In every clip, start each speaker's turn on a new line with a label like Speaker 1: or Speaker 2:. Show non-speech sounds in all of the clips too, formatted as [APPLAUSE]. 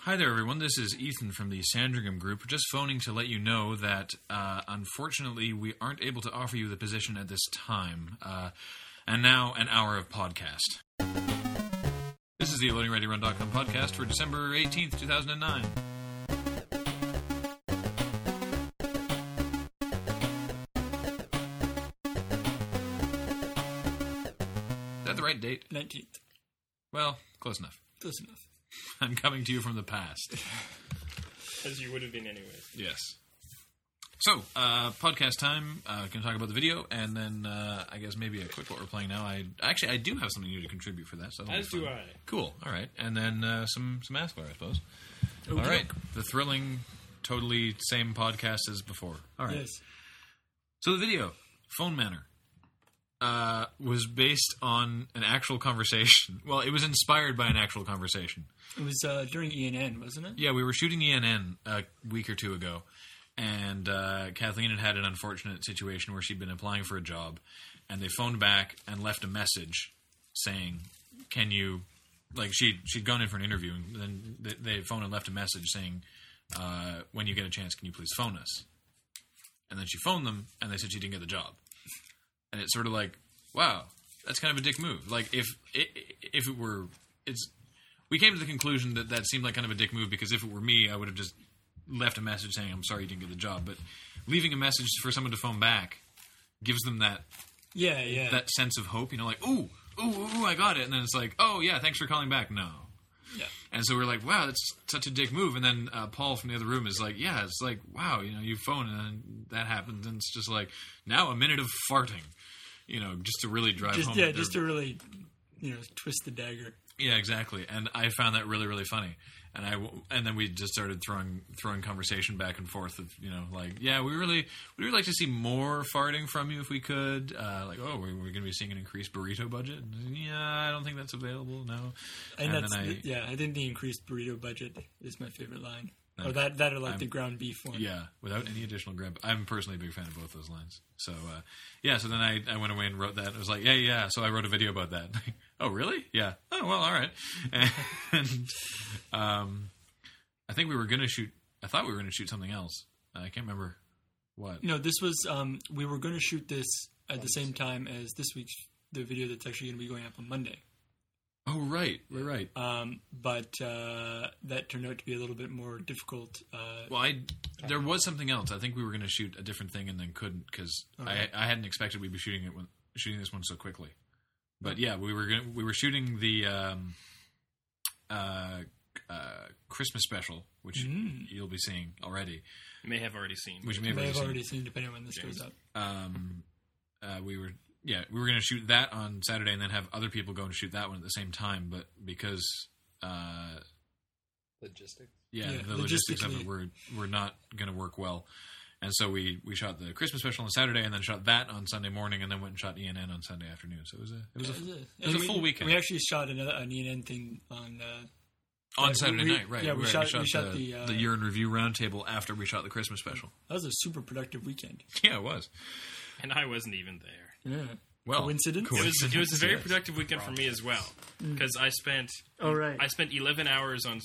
Speaker 1: Hi there, everyone. This is Ethan from the Sandringham Group. Just phoning to let you know that uh, unfortunately we aren't able to offer you the position at this time. Uh, and now, an hour of podcast. This is the LoadingReadyRun.com podcast for December 18th, 2009. Is that the right date?
Speaker 2: 19th.
Speaker 1: Well, close enough. [LAUGHS]
Speaker 2: Close enough.
Speaker 1: I'm coming to you from the past.
Speaker 3: As you would have been anyways.
Speaker 1: Yes. So, uh, podcast time. Uh, going to talk about the video, and then uh, I guess maybe a quick what we're playing now. I actually I do have something new to contribute for that. So that'll be
Speaker 3: As do
Speaker 1: fun.
Speaker 3: I.
Speaker 1: Cool. All right, and then uh, some some Askler, I suppose. All right, the thrilling, totally same podcast as before. All right.
Speaker 2: Yes.
Speaker 1: So the video, Phone Manor, uh, was based on an actual conversation. [LAUGHS] Well, it was inspired by an actual conversation.
Speaker 2: It was uh, during ENN, wasn't it?
Speaker 1: Yeah, we were shooting E ENN uh, a week or two ago, and uh, Kathleen had had an unfortunate situation where she'd been applying for a job, and they phoned back and left a message saying, "Can you?" Like she she'd gone in for an interview, and then they, they phoned and left a message saying, uh, "When you get a chance, can you please phone us?" And then she phoned them, and they said she didn't get the job. And it's sort of like, wow, that's kind of a dick move. Like if i- i- if it were, it's we came to the conclusion that that seemed like kind of a dick move because if it were me, I would have just left a message saying I'm sorry you didn't get the job. But leaving a message for someone to phone back gives them that
Speaker 2: Yeah, yeah.
Speaker 1: that sense of hope. You know, like ooh ooh ooh, ooh I got it, and then it's like oh yeah, thanks for calling back. No.
Speaker 2: yeah.
Speaker 1: And so we're like, wow, that's such a dick move. And then uh, Paul from the other room is like, yeah, it's like, wow, you know, you phone and then that happens. And it's just like, now a minute of farting, you know, just to really drive
Speaker 2: Just
Speaker 1: home.
Speaker 2: yeah,
Speaker 1: that
Speaker 2: just
Speaker 1: they're-
Speaker 2: to really, you know, twist the dagger.
Speaker 1: yeah, exactly. And I found that really, really funny. And I w- and then we just started throwing throwing conversation back and forth of you know like yeah we really we would like to see more farting from you if we could uh, like oh we're, we're going to be seeing an increased burrito budget yeah I don't think that's available no
Speaker 2: And,
Speaker 1: And
Speaker 2: that's
Speaker 1: then I-
Speaker 2: yeah. I think the increased burrito budget is my favorite line. Or that that or like the ground beef one.
Speaker 1: Yeah, without any additional grip. I'm personally a big fan of both those lines. So, uh, yeah, so then I, I went away and wrote that. I was like, yeah, yeah. So I wrote a video about that. [LAUGHS] oh, really? Yeah. Oh, well, all right. [LAUGHS] And um, I think we were going to shoot, I thought we were going to shoot something else. I can't remember what.
Speaker 2: No, this was um, we were going to shoot this at the same time as this week's the video that's actually going to be going up on Monday.
Speaker 1: Oh, right. We're right.
Speaker 2: Um, but uh, that turned out to be a little bit more difficult. Uh,
Speaker 1: Well, I, there was something else. I think we were going to shoot a different thing and then couldn't because
Speaker 2: Okay.
Speaker 1: I, I hadn't expected we'd be shooting it when, shooting this one so quickly. But yeah, we were gonna, we were shooting the um, uh, uh, Christmas special, which you'll be seeing already,
Speaker 3: You may have already seen.
Speaker 1: which you may
Speaker 2: you
Speaker 1: have
Speaker 2: may have
Speaker 1: already
Speaker 2: already seen, depending on when this goes up.
Speaker 1: seen. Um, uh, we were yeah, we were going to shoot that on Saturday and then have other people go and shoot that one at the same time. But because uh,
Speaker 4: Logistics.
Speaker 1: yeah,
Speaker 2: Yeah,
Speaker 1: the logistics of
Speaker 2: logistically.
Speaker 1: it were were not going to work well. And so we, we shot the Christmas special on Saturday, and then shot that on Sunday morning, and then went and shot ENN on Sunday afternoon. So it was a it was a,
Speaker 2: Yeah,
Speaker 1: it was a
Speaker 2: we-
Speaker 1: full weekend
Speaker 2: We actually shot another, an ENN thing on uh,
Speaker 1: on
Speaker 2: yeah,
Speaker 1: Saturday
Speaker 2: we-
Speaker 1: night, right?
Speaker 2: yeah, we
Speaker 1: right,
Speaker 2: shot- we shot
Speaker 1: the,
Speaker 2: the, uh,
Speaker 1: the year in review roundtable after we shot the Christmas special. [LAUGHS]
Speaker 2: That was a super productive weekend.
Speaker 1: Yeah, it was.
Speaker 3: And I wasn't even there.
Speaker 2: Yeah.
Speaker 1: Well,
Speaker 2: Coincidence?
Speaker 3: It was, it was a
Speaker 1: [LAUGHS]
Speaker 3: very
Speaker 1: yes.
Speaker 3: productive weekend for me as well because I spent
Speaker 2: Oh right.
Speaker 3: I spent 11 hours on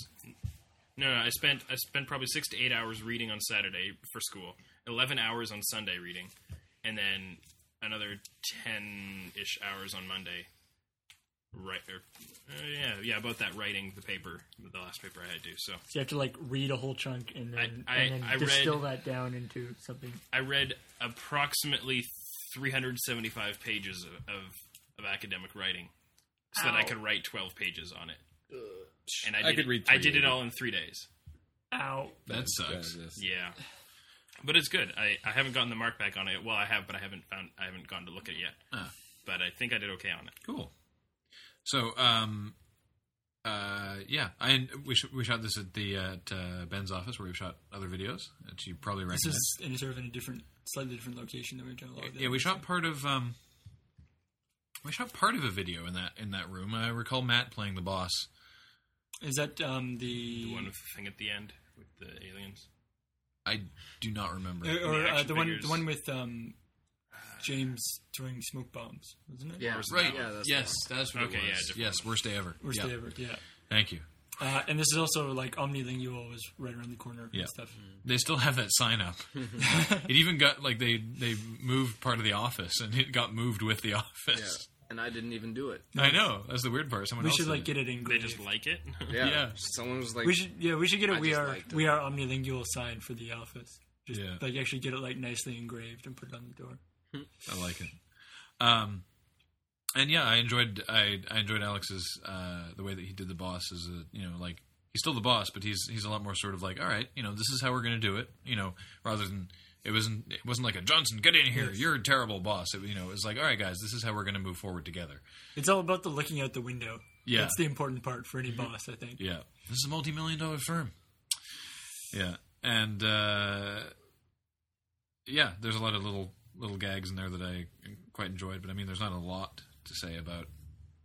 Speaker 3: no, no I spent I spent probably 6 to 8 hours reading on Saturday for school 11 hours on Sunday reading and then another 10ish hours on Monday right or, uh, yeah yeah about that writing the paper the last paper I had to do so
Speaker 5: So you have to like read a whole chunk and then,
Speaker 3: I-
Speaker 5: and
Speaker 3: I-
Speaker 5: then
Speaker 3: I read-
Speaker 5: distill that down into something.
Speaker 3: I read approximately 375 pages of, of, of academic writing so that I
Speaker 5: Ow.
Speaker 3: could write 12 pages on it. And I,
Speaker 4: I
Speaker 3: did
Speaker 4: could
Speaker 3: it,
Speaker 4: read
Speaker 3: I did it
Speaker 4: 380.
Speaker 3: all in three days.
Speaker 5: Ow!
Speaker 1: That sucks.
Speaker 3: Yeah. But it's good. I, I haven't gotten the mark back on it. Well, I have, but I haven't found I haven't gone to look at it yet.
Speaker 1: Ah.
Speaker 3: But I think I did okay on it.
Speaker 1: Cool. So, um, uh, yeah, I we, sh- we shot this at the uh, at uh, Ben's office where we shot other videos that you probably recommend.
Speaker 2: This is in a sort of in a different, slightly different location than we've done a lot of. the
Speaker 1: Yeah, we
Speaker 2: others.
Speaker 1: shot part of um, we shot part of a video in that in that room. I recall Matt playing the boss.
Speaker 2: Is that um, the,
Speaker 3: The one with the thing at the end with the aliens.
Speaker 1: I do not remember.
Speaker 2: or, or, uh,
Speaker 3: action
Speaker 2: the one
Speaker 3: figures.
Speaker 2: the one with um, James throwing smoke bombs, wasn't it?
Speaker 4: Yeah.
Speaker 3: Or was it
Speaker 1: right?
Speaker 3: that one?
Speaker 4: that's the
Speaker 1: yes, that's what
Speaker 3: Okay,
Speaker 1: it
Speaker 3: yeah,
Speaker 1: was.
Speaker 3: different
Speaker 1: yes,
Speaker 3: one.
Speaker 1: worst day ever.
Speaker 2: Worst
Speaker 1: yeah.
Speaker 2: day ever. Yeah.
Speaker 1: Thank you.
Speaker 5: Uh, and this is also like omnilingual is right around the corner
Speaker 1: Yeah.
Speaker 5: and stuff.
Speaker 1: They still have that sign up. [LAUGHS] it even got like they they moved part of the office, and it got moved with the [LAUGHS]
Speaker 4: Yeah.
Speaker 1: office.
Speaker 4: And I didn't even do it.
Speaker 1: I know that's the weird part. Someone
Speaker 5: We
Speaker 1: else
Speaker 5: should
Speaker 1: did
Speaker 5: like
Speaker 1: it.
Speaker 5: get it
Speaker 3: They
Speaker 5: engraved.
Speaker 3: just like it. [LAUGHS]
Speaker 4: Yeah.
Speaker 1: Yeah.
Speaker 4: Someone was like,
Speaker 5: we should yeah we should get a
Speaker 4: I
Speaker 5: we
Speaker 4: just
Speaker 5: are
Speaker 4: liked it.
Speaker 5: we are omnilingual sign for the office. Just
Speaker 1: Yeah.
Speaker 5: like actually get it like nicely engraved and put it on the door.
Speaker 1: I like it. Um, and yeah, I enjoyed I, I enjoyed Alex's uh, the way that he did the boss is a you know like he's still the boss, but he's he's a lot more sort of like all right, you know this is how we're gonna do it, you know, rather than it wasn't it wasn't like a Johnson get in here, you're a terrible boss. It, you know, it was like all right guys, this is how we're gonna move forward together.
Speaker 5: It's all about the looking out the window.
Speaker 1: Yeah. Mm-hmm.
Speaker 5: That's the important part for any boss, I think.
Speaker 1: Yeah, this is a multi-million dollar firm. Yeah, and uh, yeah, there's a lot of little little gags in there that I quite enjoyed, but I mean, there's not a lot to say about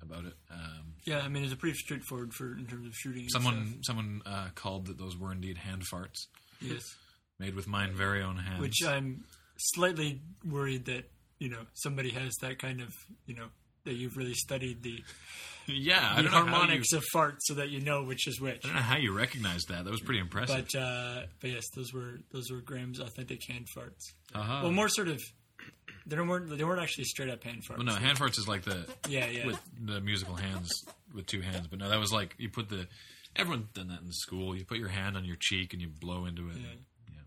Speaker 1: about it. Um,
Speaker 5: Yeah, I mean it's a pretty straightforward for in terms of shooting. and
Speaker 1: someone someone uh, called that those were indeed hand farts
Speaker 5: stuff. yes,
Speaker 1: made with mine very own hands.
Speaker 5: which uh, I'm slightly worried that you know somebody has that kind of you know that you've really studied the,
Speaker 1: [LAUGHS] yeah, I
Speaker 5: the
Speaker 1: don't know how you,
Speaker 5: harmonics of farts so that you know which is which.
Speaker 1: I don't know [LAUGHS] how you recognized that. That was pretty impressive.
Speaker 5: But uh, but yes, those were those were Graham's authentic hand farts.
Speaker 1: uh-huh.
Speaker 5: well, more sort of they weren't they weren't actually straight up hand farts.
Speaker 1: Well, no, hand farts is like the
Speaker 5: yeah, yeah.
Speaker 1: with the musical hands with two hands. But no, that was like you put the everyone done that in school. You put your hand on your cheek and you blow into it.
Speaker 5: Yeah.
Speaker 1: Yeah.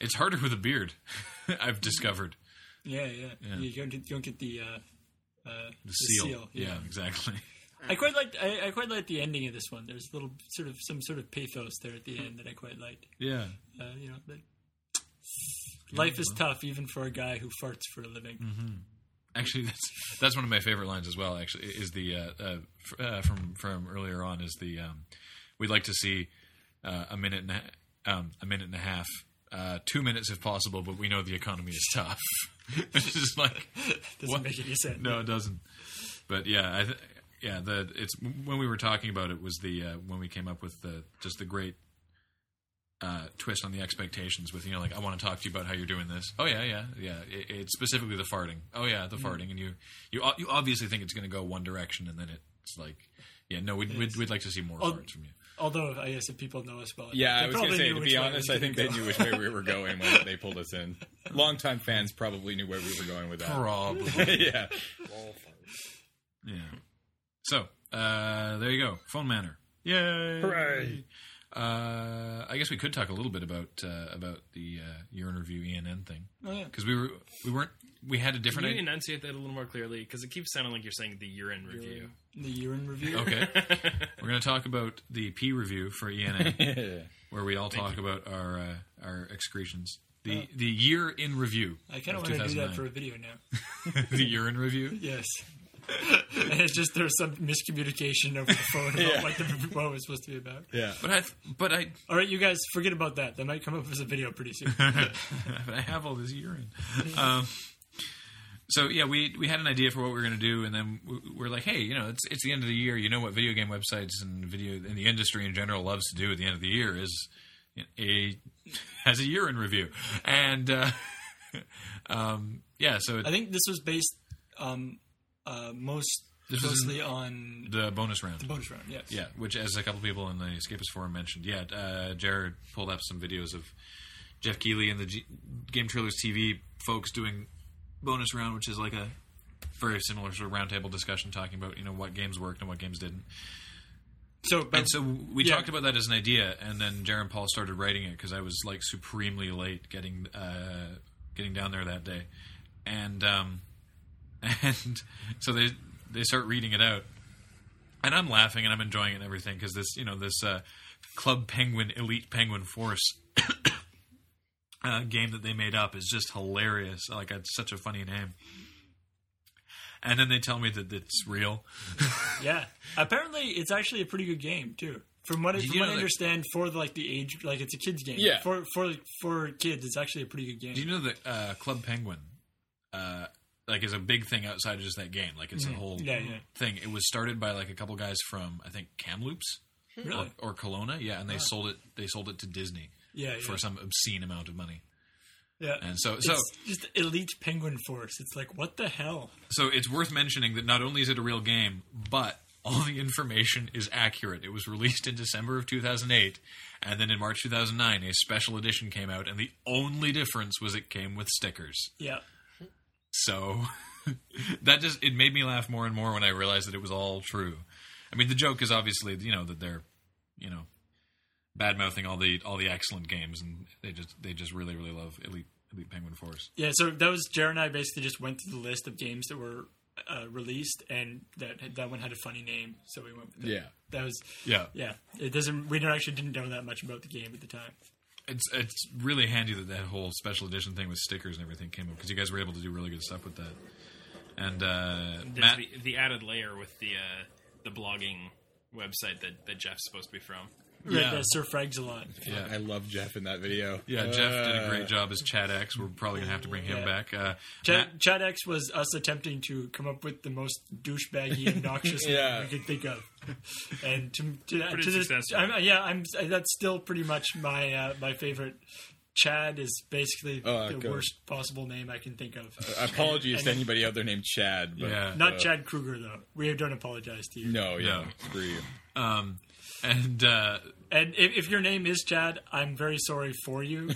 Speaker 1: It's harder with a beard. [LAUGHS] I've discovered
Speaker 5: Yeah, yeah,
Speaker 1: Yeah.
Speaker 5: You don't, get- you don't get the uh, uh,
Speaker 1: the, seal.
Speaker 5: Yeah.
Speaker 1: Yeah, exactly.
Speaker 5: I quite liked. I, I quite liked the ending of this one. There's a little sort of some sort of pathos there at the end that I quite liked.
Speaker 1: [LAUGHS] Yeah,
Speaker 5: Uh, you know, that life is tough even for a guy who farts for a living.
Speaker 1: actually, that's that's one of my favorite lines as well. Actually, is the uh, uh, f- uh, from from earlier on is the um, we'd like to see uh, a minute and a, ha- um, a minute and a half. Uh, two minutes if possible, but we know the economy is tough. [LAUGHS] it's just [LAUGHS] like
Speaker 5: Doesn't
Speaker 1: What?
Speaker 5: make any sense.
Speaker 1: No, it doesn't. But yeah, I th- yeah, the it's when we were talking about it was the uh, when we came up with the just the great uh, twist on the expectations with you know like I want to talk to you about how you're doing this. Oh yeah, yeah, yeah. It, it's specifically the farting. Oh yeah, the farting, and you you o- you obviously think it's going to go one direction, and then it's like. Yeah, no, we'd, we'd, we'd like to see more
Speaker 5: Oh,
Speaker 1: farts from you.
Speaker 5: Although I guess if people know us well,
Speaker 6: Yeah,
Speaker 5: they
Speaker 6: I was going to
Speaker 5: probably
Speaker 6: say,
Speaker 5: knew
Speaker 6: to
Speaker 5: which
Speaker 6: be
Speaker 5: way we
Speaker 6: honest, I
Speaker 5: could
Speaker 6: think
Speaker 5: go.
Speaker 6: they knew which way we were going when they pulled us
Speaker 1: [LAUGHS]
Speaker 6: in. Longtime fans probably knew where we were going with that.
Speaker 1: Probably.
Speaker 6: [LAUGHS] yeah.
Speaker 4: "Lol,
Speaker 1: [LAUGHS] Yeah. So uh, there you go, phone manor. Yay!
Speaker 6: Hooray.
Speaker 1: Uh, I guess we could talk a little bit about uh, about the uh, your interview ENN thing
Speaker 5: Oh, yeah.
Speaker 1: because we were we weren't we had a
Speaker 3: Can
Speaker 1: different
Speaker 3: you
Speaker 1: idea.
Speaker 3: enunciate that a little more clearly? Because it keeps sounding like you're saying the urine review.
Speaker 5: The urine review.
Speaker 1: Okay, we're going to talk about the P review for ENN where we all talk about our uh, our excretions. The the year in review.
Speaker 5: Oh. I kind
Speaker 1: of
Speaker 5: of want to do
Speaker 1: 2009.
Speaker 5: that for a video now. [LAUGHS]
Speaker 1: the year in review.
Speaker 5: Yes. [LAUGHS] and it's just there's some miscommunication over the phone about
Speaker 6: Yeah.
Speaker 5: what the [LAUGHS] what it was supposed to be about.
Speaker 6: Yeah.
Speaker 1: But I th- but I
Speaker 5: All right, you guys, forget about that. That might come up as a video pretty
Speaker 1: [LAUGHS]
Speaker 5: soon.
Speaker 1: I have all this urine. Um, so yeah, we we had an idea for what we were going to do, and then we- we're like, hey, you know, it's it's the end of the year. You know what video game websites and video and the industry in general loves to do at the end of the year is a has a urine review, and uh, [LAUGHS] um, yeah, so
Speaker 5: I think this was based um, uh, most
Speaker 1: This is-
Speaker 5: closely on
Speaker 1: the bonus round.
Speaker 5: the bonus round. Yes.
Speaker 1: Yeah, which as a couple people in the Escapist forum mentioned, yeah, uh, Jared pulled up some videos of Jeff Keighley and the G- Game Trailers TV folks doing bonus round, which is like a very similar sort of roundtable discussion talking about you know what games worked and what games didn't.
Speaker 5: So, but
Speaker 1: And so we
Speaker 5: Yeah.
Speaker 1: talked about that as an idea, and then Jared Paul started writing it because I was like supremely late getting uh, getting down there that day, and um, [LAUGHS] and so they they start reading it out, and I'm laughing and I'm enjoying it and everything because this you know this uh, Club Penguin Elite Penguin Force [COUGHS] uh, game that they made up is just hilarious. Like it's such a funny name. And then they tell me that it's real.
Speaker 5: yeah, apparently it's actually a pretty good game too. From what, I-
Speaker 1: Did
Speaker 5: from
Speaker 1: you
Speaker 5: what
Speaker 1: know
Speaker 5: I
Speaker 1: that-
Speaker 5: understand, for like the age, like it's a kids game.
Speaker 6: Yeah.
Speaker 5: For for for kids, it's actually a pretty good game.
Speaker 1: Do you know that uh, Club Penguin, uh, like, is a big thing outside of just that game? Like, it's a whole
Speaker 5: Mm. Yeah, yeah.
Speaker 1: thing. It was started by like a couple guys from I think Kamloops
Speaker 5: really? Ah.
Speaker 1: or, or Kelowna, yeah, and they sold it. They sold it to Disney
Speaker 5: Yeah. Yeah.
Speaker 1: for some obscene amount of money.
Speaker 5: yeah.
Speaker 1: And so, so,
Speaker 5: it's just elite penguin force. It's like what the hell?
Speaker 1: so it's worth mentioning that not only is it a real game, but all the information is accurate. It was released in December of 2008, and then in March 2009, a special edition came out, and the only difference was it came with stickers.
Speaker 5: Yeah.
Speaker 1: So [LAUGHS] that just it made me laugh more and more when I realized that it was all true. I mean, the joke is obviously you know that they're you know bad mouthing all the all the excellent games, and they just they just really really love Elite Elite Penguin Force.
Speaker 5: Yeah, so that was Jared and I basically just went through the list of games that were uh, released, and that that one had a funny name, so we went. With it.
Speaker 6: Yeah.
Speaker 5: that was.
Speaker 1: Yeah,
Speaker 5: Yeah, it doesn't. We don't actually didn't know that much about the game at the time.
Speaker 1: it's it's really handy that that whole special edition thing with stickers and everything came up because you guys were able to do really good stuff with that. And uh,
Speaker 3: There's
Speaker 1: Matt,
Speaker 3: the, the added layer with the uh, the blogging website that, that Jeff's supposed to be from.
Speaker 5: Yeah,
Speaker 1: Yeah.
Speaker 5: the uh, Sir Frags a lot.
Speaker 1: yeah.
Speaker 6: I love Jeff in that video.
Speaker 1: yeah, Jeff did a
Speaker 6: Uh,
Speaker 1: great job as Chad X. We're probably gonna have to bring him
Speaker 5: Yeah.
Speaker 1: back. Uh, Matt-
Speaker 5: Chad, Chad X was us attempting to come up with the most
Speaker 6: [LAUGHS]
Speaker 5: douchebaggy, obnoxious name
Speaker 6: Yeah.
Speaker 5: we could think of, and to, to,
Speaker 3: Pretty
Speaker 5: to this,
Speaker 3: successful.
Speaker 5: I'm, yeah, I'm. That's still pretty much my uh, my favorite. Chad is basically
Speaker 6: Oh, Uh,
Speaker 5: the
Speaker 6: God.
Speaker 5: worst possible name I can think of.
Speaker 6: Apologies to anybody out there named Chad. But,
Speaker 1: Yeah.
Speaker 5: Not
Speaker 6: uh,
Speaker 5: Chad Kruger though. We don't apologize to you.
Speaker 6: No, yeah,
Speaker 1: No.
Speaker 6: screw you.
Speaker 1: and uh,
Speaker 5: And if, if your name is Chad, I'm very sorry for
Speaker 6: [LAUGHS]
Speaker 5: you.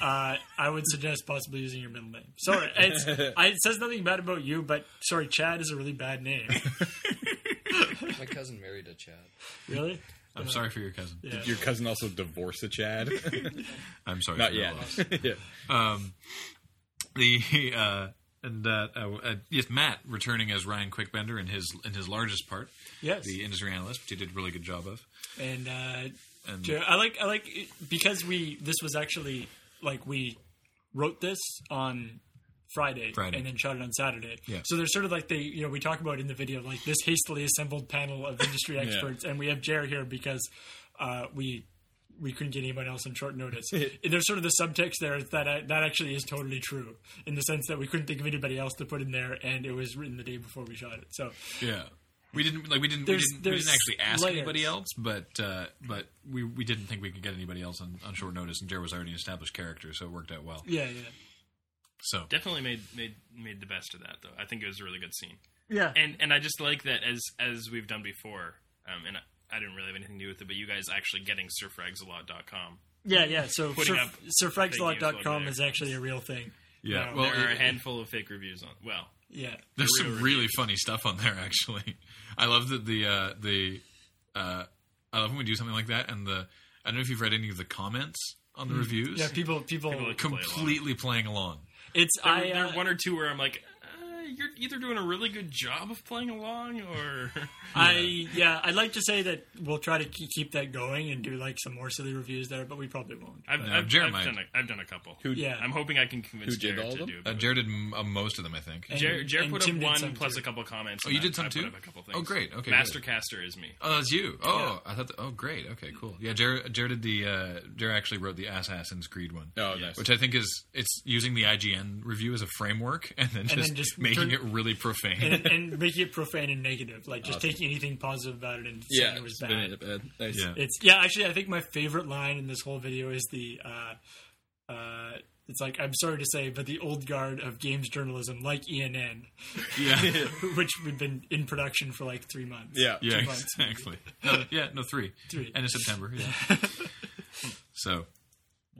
Speaker 5: uh, I would suggest possibly using your middle name. Sorry,
Speaker 6: [LAUGHS]
Speaker 5: it's, I, it says nothing bad about you, but sorry, Chad is a really bad name.
Speaker 4: My cousin married a Chad.
Speaker 6: [LAUGHS]
Speaker 5: really?
Speaker 1: I'm sorry for your cousin.
Speaker 5: Yeah.
Speaker 6: Your cousin also divorced
Speaker 1: [LAUGHS]
Speaker 6: a Chad.
Speaker 1: I'm sorry.
Speaker 6: Not
Speaker 1: for your
Speaker 6: yet. [LAUGHS]
Speaker 1: loss.
Speaker 6: yeah.
Speaker 1: The [LAUGHS] uh, and uh, uh, uh, yes, Matt returning as Ryan Quickbender in his in his largest part,
Speaker 5: Yes.
Speaker 1: the industry analyst, which he did a really good job of.
Speaker 5: and uh,
Speaker 1: And
Speaker 5: Jer- I like I like it- because we this was actually like we wrote this on Friday,
Speaker 1: Friday.
Speaker 5: and then shot it on Saturday.
Speaker 1: Yeah.
Speaker 5: So there's sort of like they you know we talk about in the video like this hastily assembled panel of
Speaker 3: [LAUGHS]
Speaker 5: industry experts, and we have Jer here because uh, we. We couldn't get anyone else on short
Speaker 3: [LAUGHS]
Speaker 5: notice. There's sort of the subtext there that I, that actually is totally true in the sense that we couldn't think of anybody else to put in there, and it was written the day before we shot it. So
Speaker 1: yeah, we didn't like we didn't we
Speaker 5: There's-
Speaker 1: didn't, we didn't
Speaker 5: there's
Speaker 1: actually ask
Speaker 5: layers.
Speaker 1: anybody else, but uh, but we we didn't think we could get anybody else on, on short notice. And Jer was already an established character, so it worked out well.
Speaker 5: yeah, yeah,
Speaker 1: So
Speaker 3: Definitely made made made the best of that though. I think it was a really good scene.
Speaker 5: yeah.
Speaker 3: And and I just like that as as we've done before. Um, and I, I didn't really have anything to do with it, but you guys actually getting surfragsalot.com.
Speaker 5: Yeah, yeah. So
Speaker 3: Putting
Speaker 5: Sir,
Speaker 3: up
Speaker 5: Sir Frank's
Speaker 3: fake news
Speaker 5: Log dot com
Speaker 3: over
Speaker 5: is
Speaker 3: there.
Speaker 5: actually a real thing.
Speaker 1: yeah,
Speaker 5: No,
Speaker 1: well,
Speaker 3: there are
Speaker 1: it-
Speaker 3: a handful of fake reviews on. Well,
Speaker 5: Yeah.
Speaker 1: there's
Speaker 3: real
Speaker 1: some really funny stuff on there. [LAUGHS] Actually, I love that the uh, the uh, I love when we do something like that, and the I don't know if you've read any of the comments on the reviews.
Speaker 5: Mm, Yeah, people people,
Speaker 3: People-
Speaker 1: completely playing along.
Speaker 5: it's
Speaker 3: there,
Speaker 5: I
Speaker 3: there
Speaker 5: uh,
Speaker 3: are one or two where I'm like, uh, you're either doing a really good job of playing along, or [LAUGHS]
Speaker 5: I yeah, I'd like to say that we'll try to ke- keep that going and do like some more silly reviews there, but we probably won't.
Speaker 3: I've,
Speaker 1: No,
Speaker 3: I've, I've
Speaker 1: Jer might.
Speaker 3: done a, I've done a couple.
Speaker 6: Who,
Speaker 5: Yeah.
Speaker 3: I'm hoping I can convince
Speaker 6: Who did
Speaker 3: Jer
Speaker 6: all of
Speaker 3: to
Speaker 6: them?
Speaker 3: do.
Speaker 1: Uh,
Speaker 3: it.
Speaker 1: Jared did m- uh, most of them, I think.
Speaker 5: And-
Speaker 3: Jer, Jer
Speaker 5: and
Speaker 3: put
Speaker 5: Tim
Speaker 3: up
Speaker 5: did
Speaker 3: one
Speaker 5: some
Speaker 3: plus
Speaker 5: too.
Speaker 3: a couple comments.
Speaker 1: Oh,
Speaker 3: and
Speaker 1: you
Speaker 3: I-
Speaker 1: did some
Speaker 3: I put
Speaker 1: too?
Speaker 3: up a couple
Speaker 1: Oh,
Speaker 3: things.
Speaker 1: great. Okay, good.
Speaker 3: Mastercaster is me.
Speaker 1: Oh, that's you. Oh, I thought. That, oh, great. Okay, cool. Yeah, Jared. Jared did the. Uh, Jared actually wrote the Assassin's Creed one.
Speaker 6: Oh, nice.
Speaker 1: Which I think is it's using the IGN review as a framework and then just,
Speaker 5: then just
Speaker 1: making
Speaker 5: turn-
Speaker 1: it really profane.
Speaker 5: And, and making it profane and negative, like just taking anything positive about it and saying
Speaker 6: yeah,
Speaker 5: it was
Speaker 6: it's been
Speaker 5: bad.
Speaker 6: it, uh, nice.
Speaker 1: yeah.
Speaker 5: It's yeah, actually, I think my favorite line in this whole video is the. uh uh it's like I'm sorry to say, but the old guard of games journalism, like ENN,
Speaker 1: [LAUGHS] yeah.
Speaker 5: [LAUGHS] which we've been in production for like three months.
Speaker 6: Yeah.
Speaker 1: Yeah.
Speaker 5: months.
Speaker 1: Exactly. No, yeah. No three.
Speaker 5: Three.
Speaker 1: End of September.
Speaker 5: [LAUGHS]
Speaker 1: Yeah. so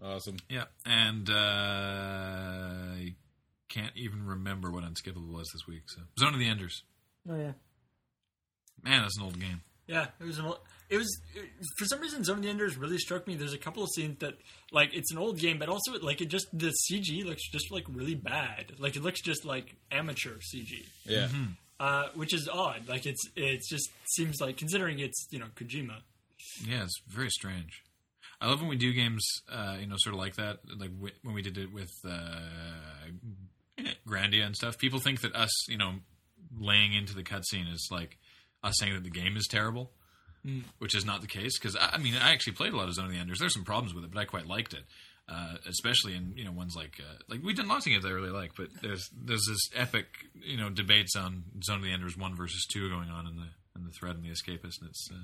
Speaker 6: Awesome.
Speaker 1: yeah, and uh, I can't even remember what Unskippable was this week. So Zone of the Enders.
Speaker 5: Oh yeah.
Speaker 1: Man, that's an old game.
Speaker 5: Yeah, it was an old. It was it- for some reason Zone of the Enders really struck me. There's a couple of scenes that like it's an old game, but also it, like it just the CG looks just like really bad. Like it looks just like amateur CG,
Speaker 6: Yeah.
Speaker 1: Mm-hmm.
Speaker 5: uh, which is odd. Like it's it's just seems like considering it's you know Kojima.
Speaker 1: Yeah, it's very strange. I love when we do games, uh, you know, sort of like that. Like w- when we did it with uh, Grandia and stuff. People think that us, you know, laying into the cutscene is like us saying that the game is terrible, which is not the case. Because I, I mean, I actually played a lot of Zone of the Enders. There's some problems with it, but I quite liked it. Uh, especially in you know ones like uh, like we've done lots of games I really like, but there's there's this epic you know debates on Zone of the Enders one versus two going on in the in the thread and the Escapist, and it's. Uh,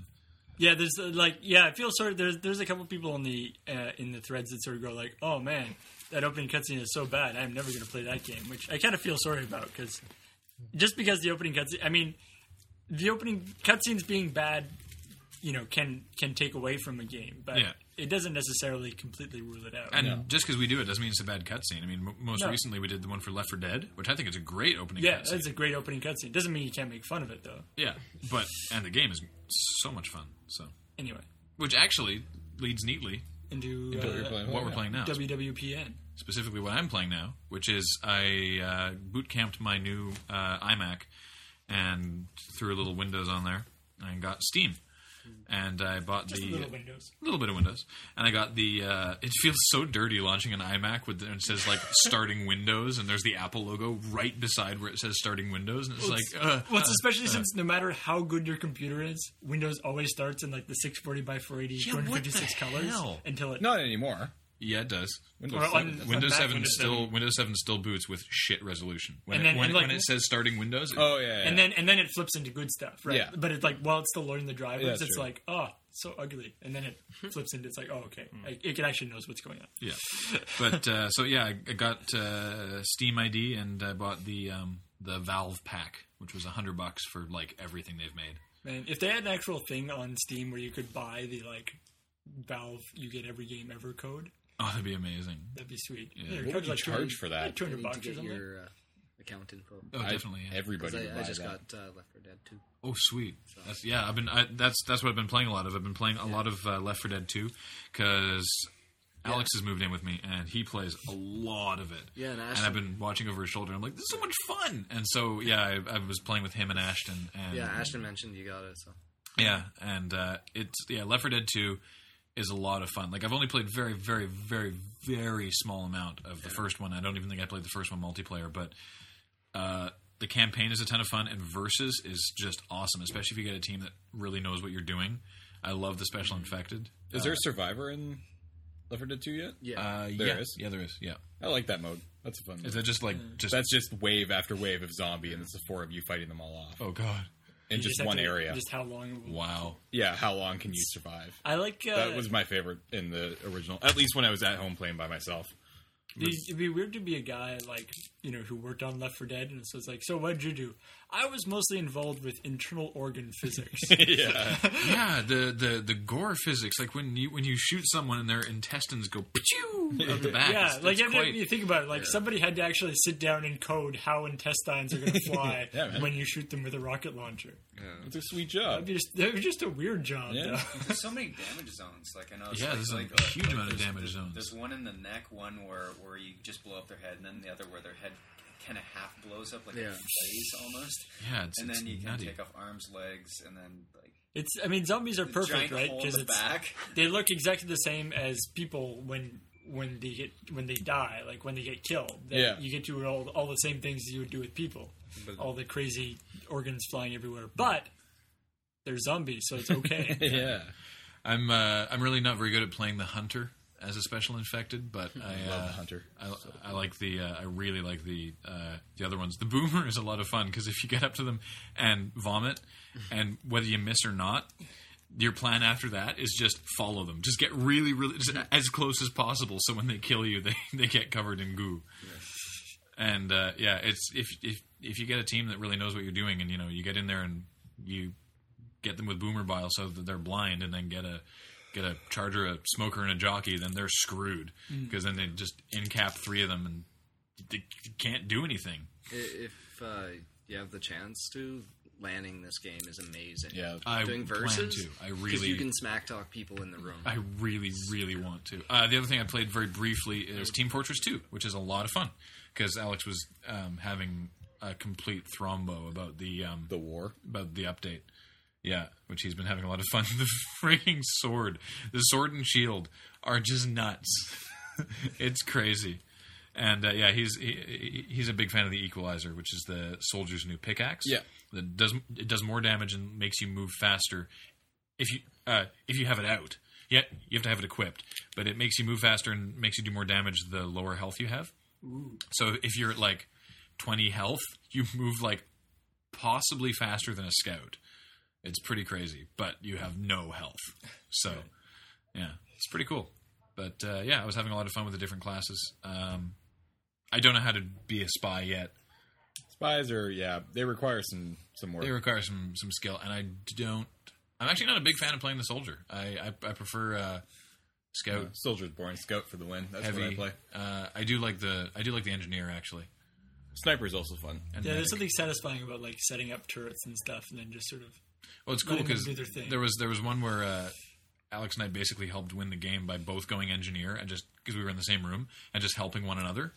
Speaker 5: Yeah, there's uh, like yeah, I feel sort of there's there's a couple people in the uh, in the threads that sort of go like, oh man, that opening cutscene is so bad. I'm never going to play that game, which I kind of feel sorry about because just because the opening cutscene, I mean, the opening cutscenes being bad, you know, can can take away from a game, but
Speaker 1: Yeah.
Speaker 5: it doesn't necessarily completely rule it out.
Speaker 1: And just because we do it doesn't mean it's a bad cutscene. I mean, m- most
Speaker 5: No.
Speaker 1: recently we did the one for Left 4 Dead, which I think is a great opening
Speaker 5: yeah,
Speaker 1: cutscene.
Speaker 5: that's a great opening cutscene. Doesn't mean you can't make fun of it though.
Speaker 1: yeah, but and the game is so much fun. So,
Speaker 5: Anyway,
Speaker 1: which actually leads neatly
Speaker 5: into
Speaker 6: What we're
Speaker 5: uh,
Speaker 6: playing.
Speaker 1: what we're
Speaker 6: Yeah.
Speaker 1: playing now,
Speaker 5: WWPN.
Speaker 1: specifically what I'm playing now, which is I uh, boot camped my new uh, iMac and threw a little Windows on there and got Steam. And I bought
Speaker 5: Just
Speaker 1: the
Speaker 5: a little Windows.
Speaker 1: a little bit of Windows, and I got the. Uh, it feels so dirty launching an iMac with and it says like [LAUGHS] starting Windows, and there's the Apple logo right beside where it says starting Windows, and it's like uh,
Speaker 5: Well, it's especially since no matter how good your computer is, Windows always starts in like the 640 by 480,
Speaker 1: Yeah, what the
Speaker 5: 256 colors
Speaker 1: hell?
Speaker 5: until it.
Speaker 6: Not anymore.
Speaker 1: yeah, it does.
Speaker 6: Windows
Speaker 5: Or
Speaker 6: 7
Speaker 5: on-
Speaker 6: does that.
Speaker 1: Windows
Speaker 5: Mac,
Speaker 1: Seven
Speaker 5: Windows
Speaker 1: still Windows Seven still boots with shit resolution. When
Speaker 5: And
Speaker 1: it,
Speaker 5: then-
Speaker 1: when,
Speaker 5: and, like,
Speaker 1: when it says starting Windows, it-
Speaker 6: Oh yeah. yeah.
Speaker 5: And then and then it flips into good stuff, right?
Speaker 6: Yeah.
Speaker 5: But it's like while it's still learning the drivers,
Speaker 6: Yeah, that's
Speaker 5: it's
Speaker 6: true.
Speaker 5: like oh so ugly, and then
Speaker 1: Hmm.
Speaker 5: it flips into it's like oh okay, Like, it actually knows what's going on.
Speaker 1: yeah. But uh, so yeah, I, I got uh, Steam ID and I bought the um, the Valve pack, which was a hundred bucks for like everything they've made.
Speaker 5: Man, if they had an actual thing on Steam where you could buy the like Valve you get every game ever code,
Speaker 1: Oh, that'd be amazing.
Speaker 5: that'd be sweet.
Speaker 6: What would you charge for that?
Speaker 5: Two
Speaker 4: You
Speaker 5: hundred
Speaker 4: need
Speaker 5: bucks
Speaker 4: to
Speaker 5: or
Speaker 4: get
Speaker 5: something.
Speaker 4: your uh, account info.
Speaker 1: Oh,
Speaker 6: I-
Speaker 1: definitely. yeah.
Speaker 4: Because
Speaker 6: Everybody. would
Speaker 4: I, I
Speaker 6: buy
Speaker 4: just
Speaker 6: that.
Speaker 4: got uh, Left 4 Dead 2.
Speaker 1: Oh, sweet. That's, yeah, I've been. I, that's that's what I've been playing a lot of. I've been playing a lot of uh, Left 4 Dead 2 because Alex has moved in with me and he plays a lot of it.
Speaker 4: Yeah, and
Speaker 1: I've
Speaker 4: Ashton-
Speaker 1: been watching over his shoulder. and I'm like, this is so much fun. And so yeah, I, I was playing with him and Ashton. And,
Speaker 4: Yeah, Ashton mentioned you got it, so.
Speaker 1: Yeah, and uh, it's yeah, Left 4 Dead 2 is a lot of fun. Like I've only played very, very, very, very small amount of the first one. I don't even think I played the first one multiplayer, but uh, the campaign is a ton of fun, and versus is just awesome, especially if you get a team that really knows what you're doing. I love the special infected.
Speaker 6: Is
Speaker 4: uh,
Speaker 6: there a survivor in Left 4 Dead 2 yet?
Speaker 4: Yeah.
Speaker 1: Uh,
Speaker 6: There
Speaker 1: yeah.
Speaker 6: is?
Speaker 1: yeah, there is. Yeah,
Speaker 6: I like that mode. That's a fun. Mode.
Speaker 1: is that just like just
Speaker 6: That's just wave after wave of zombie, and it's the four of you fighting them all off
Speaker 1: oh god,
Speaker 6: in
Speaker 5: You
Speaker 6: just,
Speaker 5: have
Speaker 6: one
Speaker 5: to-
Speaker 6: area.
Speaker 5: Just how long? It will...
Speaker 1: wow.
Speaker 6: Yeah, how long can you survive?
Speaker 5: I like uh,
Speaker 6: That was my favorite in the original, at least when I was at home playing by myself.
Speaker 5: It'd it'd be weird to be a guy like you know who worked on Left for Dead and so it's like, so what'd you do? I was mostly involved with internal organ [LAUGHS] physics.
Speaker 6: yeah,
Speaker 1: Yeah, the, the the gore physics, like when you when you shoot someone and their intestines go pew out the back.
Speaker 5: yeah,
Speaker 1: it's-
Speaker 5: like
Speaker 1: it's
Speaker 5: you, have to-
Speaker 1: quite-
Speaker 5: you think about it, like somebody had to actually sit down and code how intestines are going
Speaker 6: [LAUGHS]
Speaker 5: to fly
Speaker 6: Yeah, man.
Speaker 5: when you shoot them with a rocket launcher.
Speaker 6: it's a
Speaker 5: That'd
Speaker 6: sweet job.
Speaker 5: be just, that'd be just a weird job.
Speaker 6: Yeah.
Speaker 5: though. [LAUGHS]
Speaker 7: There's so many damage zones. Like I know. It's
Speaker 1: Yeah,
Speaker 7: like,
Speaker 1: there's a
Speaker 7: like, uh,
Speaker 1: huge
Speaker 7: like,
Speaker 1: amount of
Speaker 7: there's-
Speaker 1: damage zones.
Speaker 7: There's one in the neck, one where where you just blow up their head, and then the other where their head kind of half blows up, like a
Speaker 4: Yeah.
Speaker 7: face almost.
Speaker 1: Yeah, it's,
Speaker 7: and
Speaker 1: it's
Speaker 7: then you
Speaker 1: nutty.
Speaker 7: can take off arms, legs, and then like
Speaker 5: It's I mean zombies are
Speaker 7: the
Speaker 5: perfect,
Speaker 7: giant
Speaker 5: right?
Speaker 7: hole in the
Speaker 5: it's
Speaker 7: back.
Speaker 5: they look exactly the same as people when when they get when they die, like when they get killed. That
Speaker 6: Yeah.
Speaker 5: you get to do all all the same things you would do with people, all the crazy organs flying everywhere. But they're zombies, so it's okay.
Speaker 6: [LAUGHS] Yeah,
Speaker 1: I'm uh, I'm really not very good at playing the hunter as a special infected,
Speaker 6: [LAUGHS]
Speaker 1: but I
Speaker 6: love
Speaker 1: uh,
Speaker 6: the hunter.
Speaker 1: I, I like the uh, I really like the uh, the other ones. The boomer is a lot of fun because if you get up to them and
Speaker 6: [LAUGHS]
Speaker 1: vomit, and whether you miss or not. Your plan after that is just follow them. Just get really, really
Speaker 6: [LAUGHS]
Speaker 1: just as close as possible. So when they kill you, [LAUGHS] they, they get covered in goo. And uh, yeah, it's if if if you get a team that really knows what you're doing, and you know you get in there and you get them with boomer bile so that they're blind, and then get a get a charger, a smoker, and a jockey, then they're screwed because then they just in cap three of them and they can't do anything.
Speaker 4: I- If uh, you have the chance to, landing this game is amazing.
Speaker 6: yeah.
Speaker 1: I
Speaker 4: Doing
Speaker 1: plan
Speaker 4: verses?
Speaker 1: to. I
Speaker 4: 'Cause
Speaker 1: really
Speaker 4: you can smack talk people in the room.
Speaker 1: I really, really want to. Uh, the other thing I played very briefly is Team Fortress 2, which is a lot of fun because Alex was um, having a complete thrombo about the um,
Speaker 6: the war.
Speaker 1: about the update. Yeah, which he's been having a lot of fun. [LAUGHS] The freaking sword, the sword and shield are just nuts. [LAUGHS] it's crazy, and uh, yeah, he's he, he- he's a big fan of the Equalizer, which is the soldier's new pickaxe.
Speaker 6: Yeah.
Speaker 1: that does it does more damage and makes you move faster if you uh, if you have it out. Yeah, you have to have it equipped, but it makes you move faster and makes you do more damage the lower health you have. So if you're at like 20 health, you move like possibly faster than a scout. It's pretty crazy, but you have no health. So, yeah, it's pretty cool. But uh, yeah, I was having a lot of fun with the different classes. Um, I don't know how to be a spy yet,
Speaker 6: Spies are yeah, they require some some work.
Speaker 1: They require some some skill, and I don't. I'm actually not a big fan of playing the soldier. I I, I prefer uh, scout
Speaker 6: Soldier's born scout for the win. That's
Speaker 1: heavy.
Speaker 6: what I play.
Speaker 1: Uh, I do like the I do like the engineer actually.
Speaker 6: Sniper is also fun.
Speaker 1: And
Speaker 5: Yeah,
Speaker 1: medic.
Speaker 5: there's something satisfying about like setting up turrets and stuff, and then just sort of
Speaker 1: Well, Oh, it's cool
Speaker 5: letting them
Speaker 1: because
Speaker 5: do their thing.
Speaker 1: there was there was one where uh, Alex and I basically helped win the game by both going engineer and just because we were in the same room and just helping one another.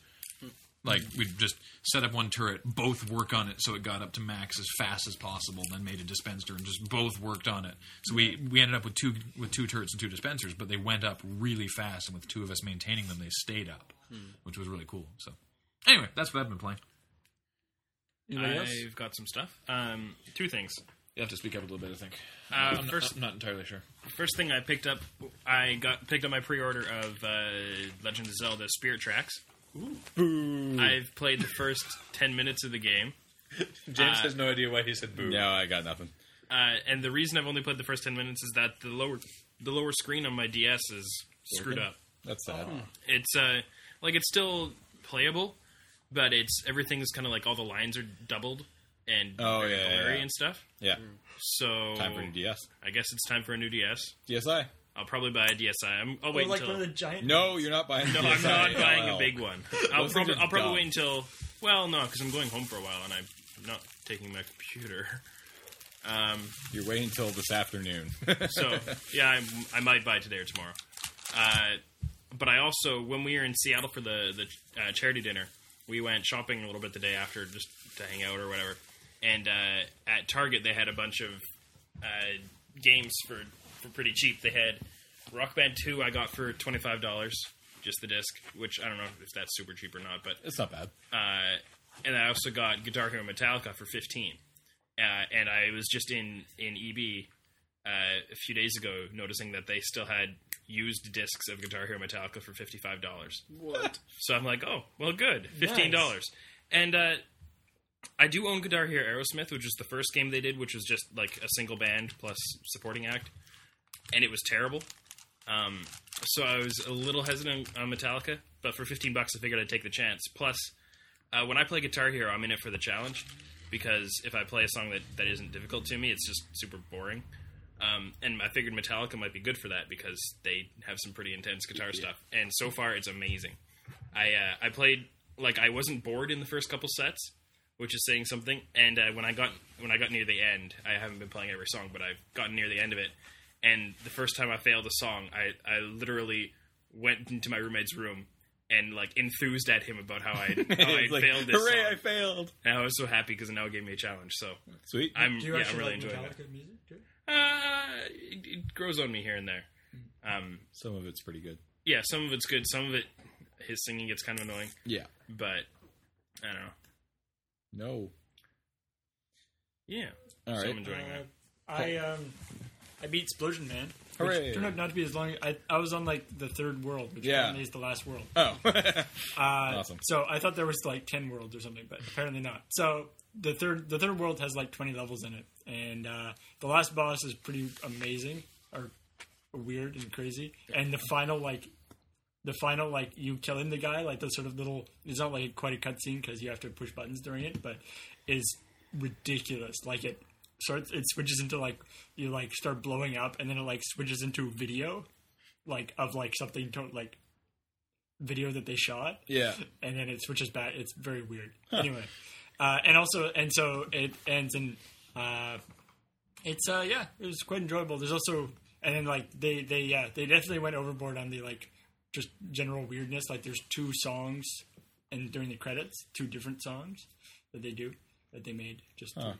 Speaker 1: Like we'd just set up one turret, both work on it so it got up to max as fast as possible, then made a dispenser and just both worked on it. So we, we ended up with two with two turrets and two dispensers, but they went up really fast and with two of us maintaining them they stayed up.
Speaker 5: Hmm.
Speaker 1: Which was really cool. So anyway, that's what I've been playing.
Speaker 2: Anybody else?
Speaker 3: I've got some stuff. Um, two things.
Speaker 1: You have to speak up a little bit, I think.
Speaker 3: Uh,
Speaker 1: I'm,
Speaker 3: first,
Speaker 1: I'm not entirely sure.
Speaker 3: first thing I picked up, I got picked up my pre-order of uh, Legend of Zelda: Spirit Tracks. I've played the first [LAUGHS] ten minutes of the game,
Speaker 1: James has no idea why he said boo.
Speaker 6: No, I got nothing.
Speaker 3: uh, and the reason I've only played the first ten minutes is that the lower the lower screen on my DS is screwed
Speaker 6: Broken?
Speaker 3: up.
Speaker 6: That's sad.
Speaker 3: It's uh, like it's still playable, but it's everything's kind of like all the lines are doubled and
Speaker 6: Oh,
Speaker 3: very
Speaker 6: yeah, yeah,
Speaker 3: blurry
Speaker 6: yeah.
Speaker 3: and stuff.
Speaker 6: Yeah,
Speaker 3: So
Speaker 6: time for a new DS.
Speaker 3: I guess it's time for a new DS.
Speaker 6: DSi.
Speaker 3: I'll probably buy a DSi. I'm, I'll wait
Speaker 5: Or, like
Speaker 3: until
Speaker 5: one of the giant.
Speaker 6: No, you're not buying.
Speaker 3: No,
Speaker 6: DSi.
Speaker 3: [LAUGHS] I'm not buying a
Speaker 6: LOL.
Speaker 3: big one. I'll,
Speaker 6: Those
Speaker 3: prob-
Speaker 6: things are
Speaker 3: I'll probably
Speaker 6: dumb.
Speaker 3: wait until. Well, no, because I'm going home for a while and I'm not taking my computer. [LAUGHS]
Speaker 6: You're waiting until this afternoon. [LAUGHS]
Speaker 3: So yeah, I'm, I might buy today or tomorrow. Uh, but I also, when we were in Seattle for the the uh, charity dinner, we went shopping a little bit the day after just to hang out or whatever. And uh, at Target, they had a bunch of uh, games for for pretty cheap. They had Rock Band Two. I got for twenty five dollars, just the disc, which I don't know if that's super cheap or not, but
Speaker 6: it's not bad.
Speaker 3: uh, and I also got Guitar Hero Metallica for fifteen. Uh, and I was just in in EB uh, a few days ago, noticing that they still had used discs of Guitar Hero Metallica for fifty five dollars.
Speaker 4: What?
Speaker 3: So I'm like, oh, well, good, fifteen dollars. And uh, I do own Guitar Hero Aerosmith, which is the first game they did, which was just like a single band plus supporting act, and it was terrible. Um, so I was a little hesitant on Metallica, but for fifteen bucks, I figured I'd take the chance. Plus, uh, when I play Guitar Hero, I'm in it for the challenge because if I play a song that, that isn't difficult to me, it's just super boring. Um, and I figured Metallica might be good for that because they have some pretty intense guitar stuff, and so far it's amazing. I uh, I played like I wasn't bored in the first couple sets, which is saying something. And uh, when I got when I got near the end, I haven't been playing every song, but I've gotten near the end of it. And the first time I failed a song, I I literally went into my roommate's room and like enthused at him about how I
Speaker 6: [LAUGHS]
Speaker 3: how I
Speaker 6: It's like,
Speaker 3: failed this
Speaker 6: Hooray!
Speaker 3: song.
Speaker 6: I failed.
Speaker 3: and I was so happy because it now gave me a challenge. So
Speaker 6: Sweet.
Speaker 3: I'm
Speaker 5: Do you
Speaker 3: yeah, I'm
Speaker 5: actually
Speaker 3: really
Speaker 5: like
Speaker 3: enjoying it.
Speaker 5: Metallica music? too?
Speaker 3: Uh, it, it grows on me here and there. Um,
Speaker 6: Some of it's pretty good.
Speaker 3: yeah, some of it's good, some of it his singing gets kind of annoying,
Speaker 6: Yeah.
Speaker 3: but I don't know.
Speaker 6: No.
Speaker 3: Yeah.
Speaker 6: All
Speaker 3: So
Speaker 6: right.
Speaker 3: I'm enjoying
Speaker 5: Uh,
Speaker 3: that.
Speaker 5: I um, I beat Explosion Man. which
Speaker 6: Hooray.
Speaker 5: Turned out not to be as long. I, I was on like the third world, which
Speaker 6: Yeah.
Speaker 5: apparently is the last world.
Speaker 6: Oh. [LAUGHS]
Speaker 5: Uh,
Speaker 6: Awesome.
Speaker 5: So I thought there was like ten worlds or something, but apparently not. So the third the third world has like twenty levels in it, and uh, the last boss is pretty amazing or weird and crazy, and the final like. The final, like you killing the guy, like the sort of little, it's not like quite a cutscene because you have to push buttons during it, but is ridiculous. Like it starts, it switches into like you like start blowing up, and then it like switches into video, like of like something to like video that they shot,
Speaker 6: yeah.
Speaker 5: and then it switches back. It's very weird. Anyway, uh, and also, and so it ends in. Uh, it's uh, yeah, it was quite enjoyable. There's also, and then like they they yeah they definitely went overboard on the like just general weirdness. Like there's two songs, and during the credits, two different songs that they do that they made just.
Speaker 6: Huh.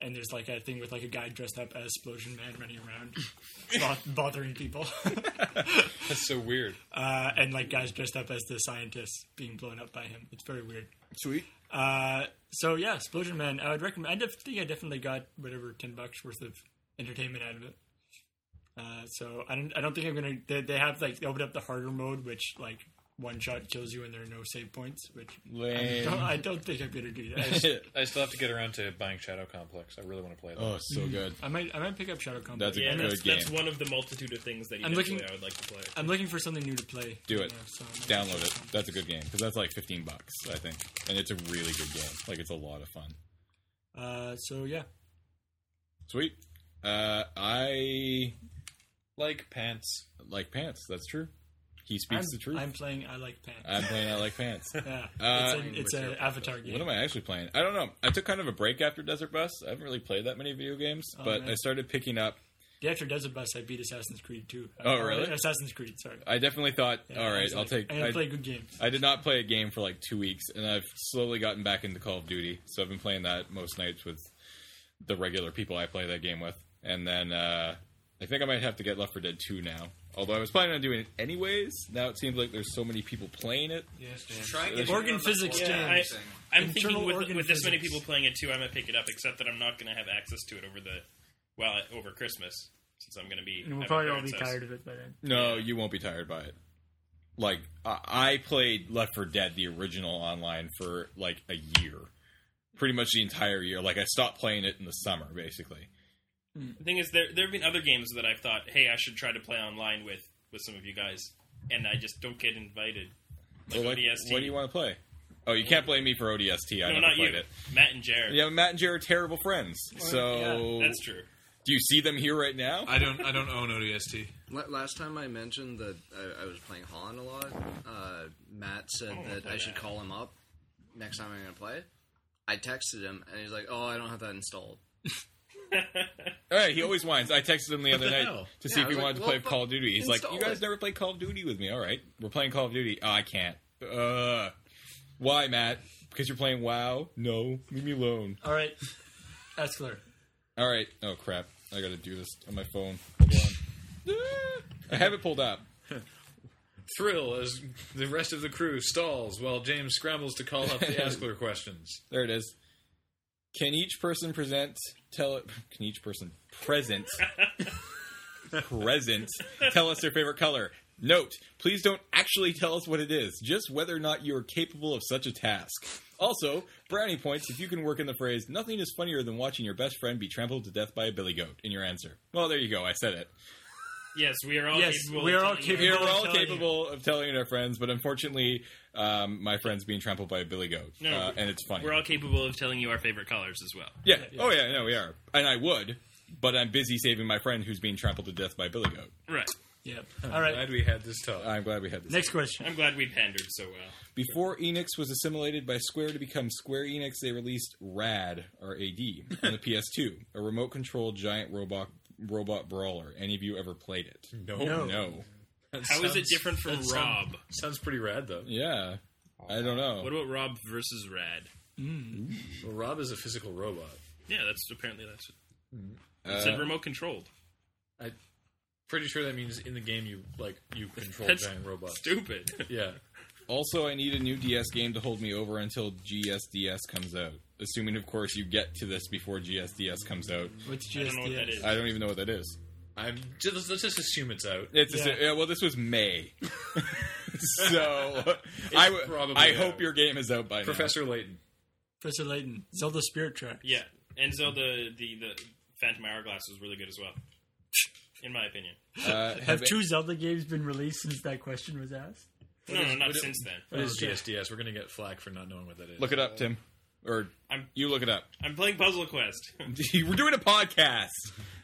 Speaker 5: And there's like a thing with like a guy dressed up as Explosion Man running around, [LAUGHS] bo- bothering people.
Speaker 6: [LAUGHS] That's so [LAUGHS] weird.
Speaker 5: Uh, and like guys dressed up as the scientists being blown up by him. It's very weird.
Speaker 6: Sweet.
Speaker 5: Uh, so yeah, Explosion Man. I would recommend. I def- think I definitely got whatever ten bucks worth of entertainment out of it. Uh, so I don't. I don't think I'm gonna. They, they have like they opened up the harder mode, which like one shot kills you and there are no save points, which
Speaker 6: Lame.
Speaker 5: No, I don't think I'm gonna do that.
Speaker 1: I still have to get around to buying Shadow Complex. I really want to play that.
Speaker 6: oh, so good.
Speaker 5: I might I might pick up Shadow Complex.
Speaker 6: That's a
Speaker 3: Yeah, and
Speaker 6: good
Speaker 3: that's,
Speaker 6: game.
Speaker 3: that's one of the multitude of things that
Speaker 5: I'm looking-
Speaker 3: eventually I would like to play.
Speaker 5: I'm looking for something new to play.
Speaker 6: Do it.
Speaker 5: Yeah, so I'm gonna
Speaker 6: Download
Speaker 5: check
Speaker 6: it.
Speaker 5: some.
Speaker 6: That's a good game because that's like 15 bucks, I think, and it's a really good game. Like it's a lot of fun.
Speaker 5: Uh, so yeah,
Speaker 6: Sweet. Uh, I like pants. Like pants. That's true. He
Speaker 5: I'm,
Speaker 6: speaks the truth.
Speaker 5: I'm
Speaker 6: [LAUGHS] I'm,
Speaker 5: playing. I like pants.
Speaker 6: playing. I like [LAUGHS] pants.
Speaker 5: yeah,
Speaker 6: Uh,
Speaker 5: it's an avatar game.
Speaker 6: What am I actually playing? I don't know. I took kind of a break after Desert Bus. I haven't really played that many video games,
Speaker 5: Oh,
Speaker 6: but
Speaker 5: man.
Speaker 6: I started picking up.
Speaker 5: The after Desert Bus, I beat Assassin's Creed too. Uh,
Speaker 6: Oh, really?
Speaker 5: Assassin's Creed. Sorry.
Speaker 6: I definitely thought,
Speaker 5: Yeah,
Speaker 6: all
Speaker 5: I
Speaker 6: right,
Speaker 5: was
Speaker 6: I'll
Speaker 5: like,
Speaker 6: take.
Speaker 5: I'm gonna
Speaker 6: I,
Speaker 5: play good games.
Speaker 6: I did not play a game for like two weeks, and I've slowly gotten back into Call of Duty. So I've been playing that most nights with the regular people I play that game with, and then uh, I think I might have to get Left 4 Dead 2 now. Although I was planning on doing it anyways. Now it seems like there's so many people playing it.
Speaker 7: Try and
Speaker 5: Organ
Speaker 7: get your hand on the
Speaker 5: physics
Speaker 7: organ
Speaker 3: I,
Speaker 5: games.
Speaker 7: thing.
Speaker 3: I'm
Speaker 5: Internal
Speaker 3: thinking with,
Speaker 5: organ
Speaker 3: with this many
Speaker 5: physics.
Speaker 3: people playing it too, I might pick it up. Except that I'm not going to have access to it over the well over Christmas since I'm going to be.
Speaker 5: And we'll
Speaker 3: at my
Speaker 5: probably all be
Speaker 3: parents' house.
Speaker 5: tired of it by then.
Speaker 6: No, you won't be tired by it. Like I I played Left 4 Dead the original online for like a year, pretty much the entire year. Like I stopped playing it in the summer, basically.
Speaker 3: The thing is, there there have been other games that I've thought, hey, I should try to play online with with some of you guys, and I just don't get invited.
Speaker 6: Well, like,
Speaker 3: ODST.
Speaker 6: what do you want to play? Oh, you can't blame me for ODST.
Speaker 3: no,
Speaker 6: I never
Speaker 3: not you,
Speaker 6: played it.
Speaker 3: Matt and Jared.
Speaker 6: Yeah, Matt and Jared are terrible friends. so
Speaker 3: that's true.
Speaker 6: Do you see them here right now?
Speaker 1: I don't. I don't own ODST.
Speaker 4: La- Last time I mentioned that I, I was playing Han a lot, uh, Matt said that I should call him up next time I'm going to play. I texted him, and he's like, "Oh, I don't have that installed."
Speaker 6: All right, he always whines. I texted him the other
Speaker 1: the
Speaker 6: night
Speaker 1: hell?
Speaker 6: to
Speaker 4: Yeah,
Speaker 6: see
Speaker 4: I
Speaker 6: if
Speaker 4: was
Speaker 6: he
Speaker 4: like,
Speaker 6: wanted to
Speaker 4: well,
Speaker 6: play
Speaker 4: fuck,
Speaker 6: Call of Duty. He's like,
Speaker 4: install
Speaker 6: "You guys
Speaker 4: it."
Speaker 6: never played Call of Duty with me. All right, we're playing Call of Duty. Oh, I can't. Uh, why, Matt? Because you're playing WoW? No, leave me alone.
Speaker 5: All right, Escler.
Speaker 6: All right. Oh crap! I gotta do this on my phone. Hold on. Ah, I have it pulled up.
Speaker 1: Thrill as the rest of the crew stalls while James scrambles to call up the Askler questions.
Speaker 6: There it is. Can each person present tell can each person
Speaker 3: [LAUGHS]
Speaker 6: present present tell us their favorite color? Note, please don't actually tell us what it is, just whether or not you are capable of such a task. Also, brownie points if you can work in the phrase nothing is funnier than watching your best friend be trampled to death by a billy goat in your answer. Well, there you go, I said it.
Speaker 3: Yes, we are all.
Speaker 5: Yes,
Speaker 3: capable
Speaker 5: we
Speaker 3: of
Speaker 5: are all
Speaker 3: telling you.
Speaker 5: capable.
Speaker 6: We are all
Speaker 5: telling you.
Speaker 6: capable of telling our friends, but unfortunately, um, my friend's being trampled by a billy goat,
Speaker 3: No,
Speaker 6: uh,
Speaker 3: we-
Speaker 6: and it's funny.
Speaker 3: We're all capable of telling you our favorite colors as well.
Speaker 6: Yeah. Oh yeah. No, we are. And I would, but I'm busy saving my friend who's being trampled to death by Billy Goat.
Speaker 3: Right.
Speaker 5: Yep. All right.
Speaker 1: Glad we had this talk.
Speaker 6: I'm glad we had this.
Speaker 5: Next question.
Speaker 3: I'm glad we pandered so well.
Speaker 6: Before Enix was assimilated by Square to become Square Enix, they released Rad or AD on the PS2, a remote-controlled giant robot robot brawler. Any of you ever played it?
Speaker 1: no,
Speaker 6: No.
Speaker 3: How is it different from Rob?
Speaker 1: that sound- Sounds pretty rad though.
Speaker 6: Yeah. I don't know.
Speaker 3: What about Rob versus Rad?
Speaker 1: Well, Rob is a physical robot.
Speaker 3: Yeah, that's apparently that's
Speaker 6: Uh,
Speaker 3: it said remote controlled.
Speaker 1: I pretty sure that means in the game you like you control
Speaker 3: That's
Speaker 1: giant robots.
Speaker 3: [LAUGHS] Stupid.
Speaker 1: Yeah.
Speaker 6: Also, I need a new DS game to hold me over until GSDS comes out. Assuming, of course, you get to this before GSDS comes out.
Speaker 5: What's
Speaker 3: I don't know what that
Speaker 5: GSDS?
Speaker 3: is.
Speaker 6: I don't even know what that is.
Speaker 1: I'm just let's just assume it's out.
Speaker 6: It's
Speaker 5: Yeah.
Speaker 6: yeah. yeah. Well, this was May, so I w-
Speaker 1: probably
Speaker 6: I
Speaker 1: out.
Speaker 6: hope your game is out by
Speaker 1: Professor Layton.
Speaker 5: Professor Layton. Zelda Spirit Tracks.
Speaker 3: Yeah, and so the the the Phantom Hourglass was really good as well, in my opinion.
Speaker 6: now. Uh, have
Speaker 5: Have two Zelda games been released since that question was asked?
Speaker 3: No, no, not
Speaker 1: what is-
Speaker 3: since then.
Speaker 1: What is GSDS? We're gonna get flack for not knowing what that is.
Speaker 6: look it up, Tim, or
Speaker 3: I'm-
Speaker 6: you look it up. [LAUGHS]
Speaker 3: I'm playing Puzzle Quest.
Speaker 6: We're doing a podcast.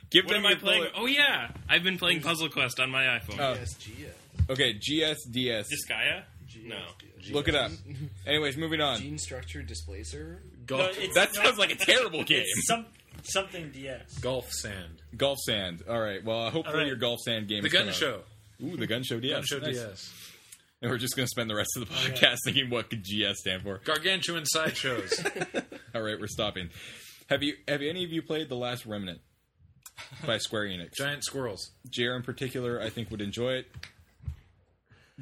Speaker 6: Give
Speaker 3: what
Speaker 6: them
Speaker 3: am I
Speaker 6: your
Speaker 3: playing?
Speaker 6: bullet-
Speaker 3: Oh yeah, I've been playing Puzzle Quest on my iPhone.
Speaker 6: Oh.
Speaker 8: SGS.
Speaker 6: Okay, GSDS.
Speaker 3: Disgaea? No.
Speaker 6: Look it up. Anyways, moving on.
Speaker 8: Gene structure display server.
Speaker 1: golf,
Speaker 6: That sounds like a terrible game.
Speaker 5: Some something DS.
Speaker 1: golf sand.
Speaker 6: Golf Sand. All right. Well, uh, hopefully
Speaker 5: right.
Speaker 6: your Golf Sand game.
Speaker 1: The
Speaker 6: has come
Speaker 1: gun
Speaker 6: out.
Speaker 1: show.
Speaker 6: Ooh, the Gun Show DS.
Speaker 1: Gun show
Speaker 6: Nice.
Speaker 1: DS.
Speaker 6: And we're just gonna spend the rest of the podcast thinking what could GS stand for.
Speaker 1: Gargantuan sideshows.
Speaker 6: All right, we're stopping. Have you have any of you played The Last Remnant by Square Enix?
Speaker 1: giant squirrels.
Speaker 6: JR in particular, I think would enjoy it.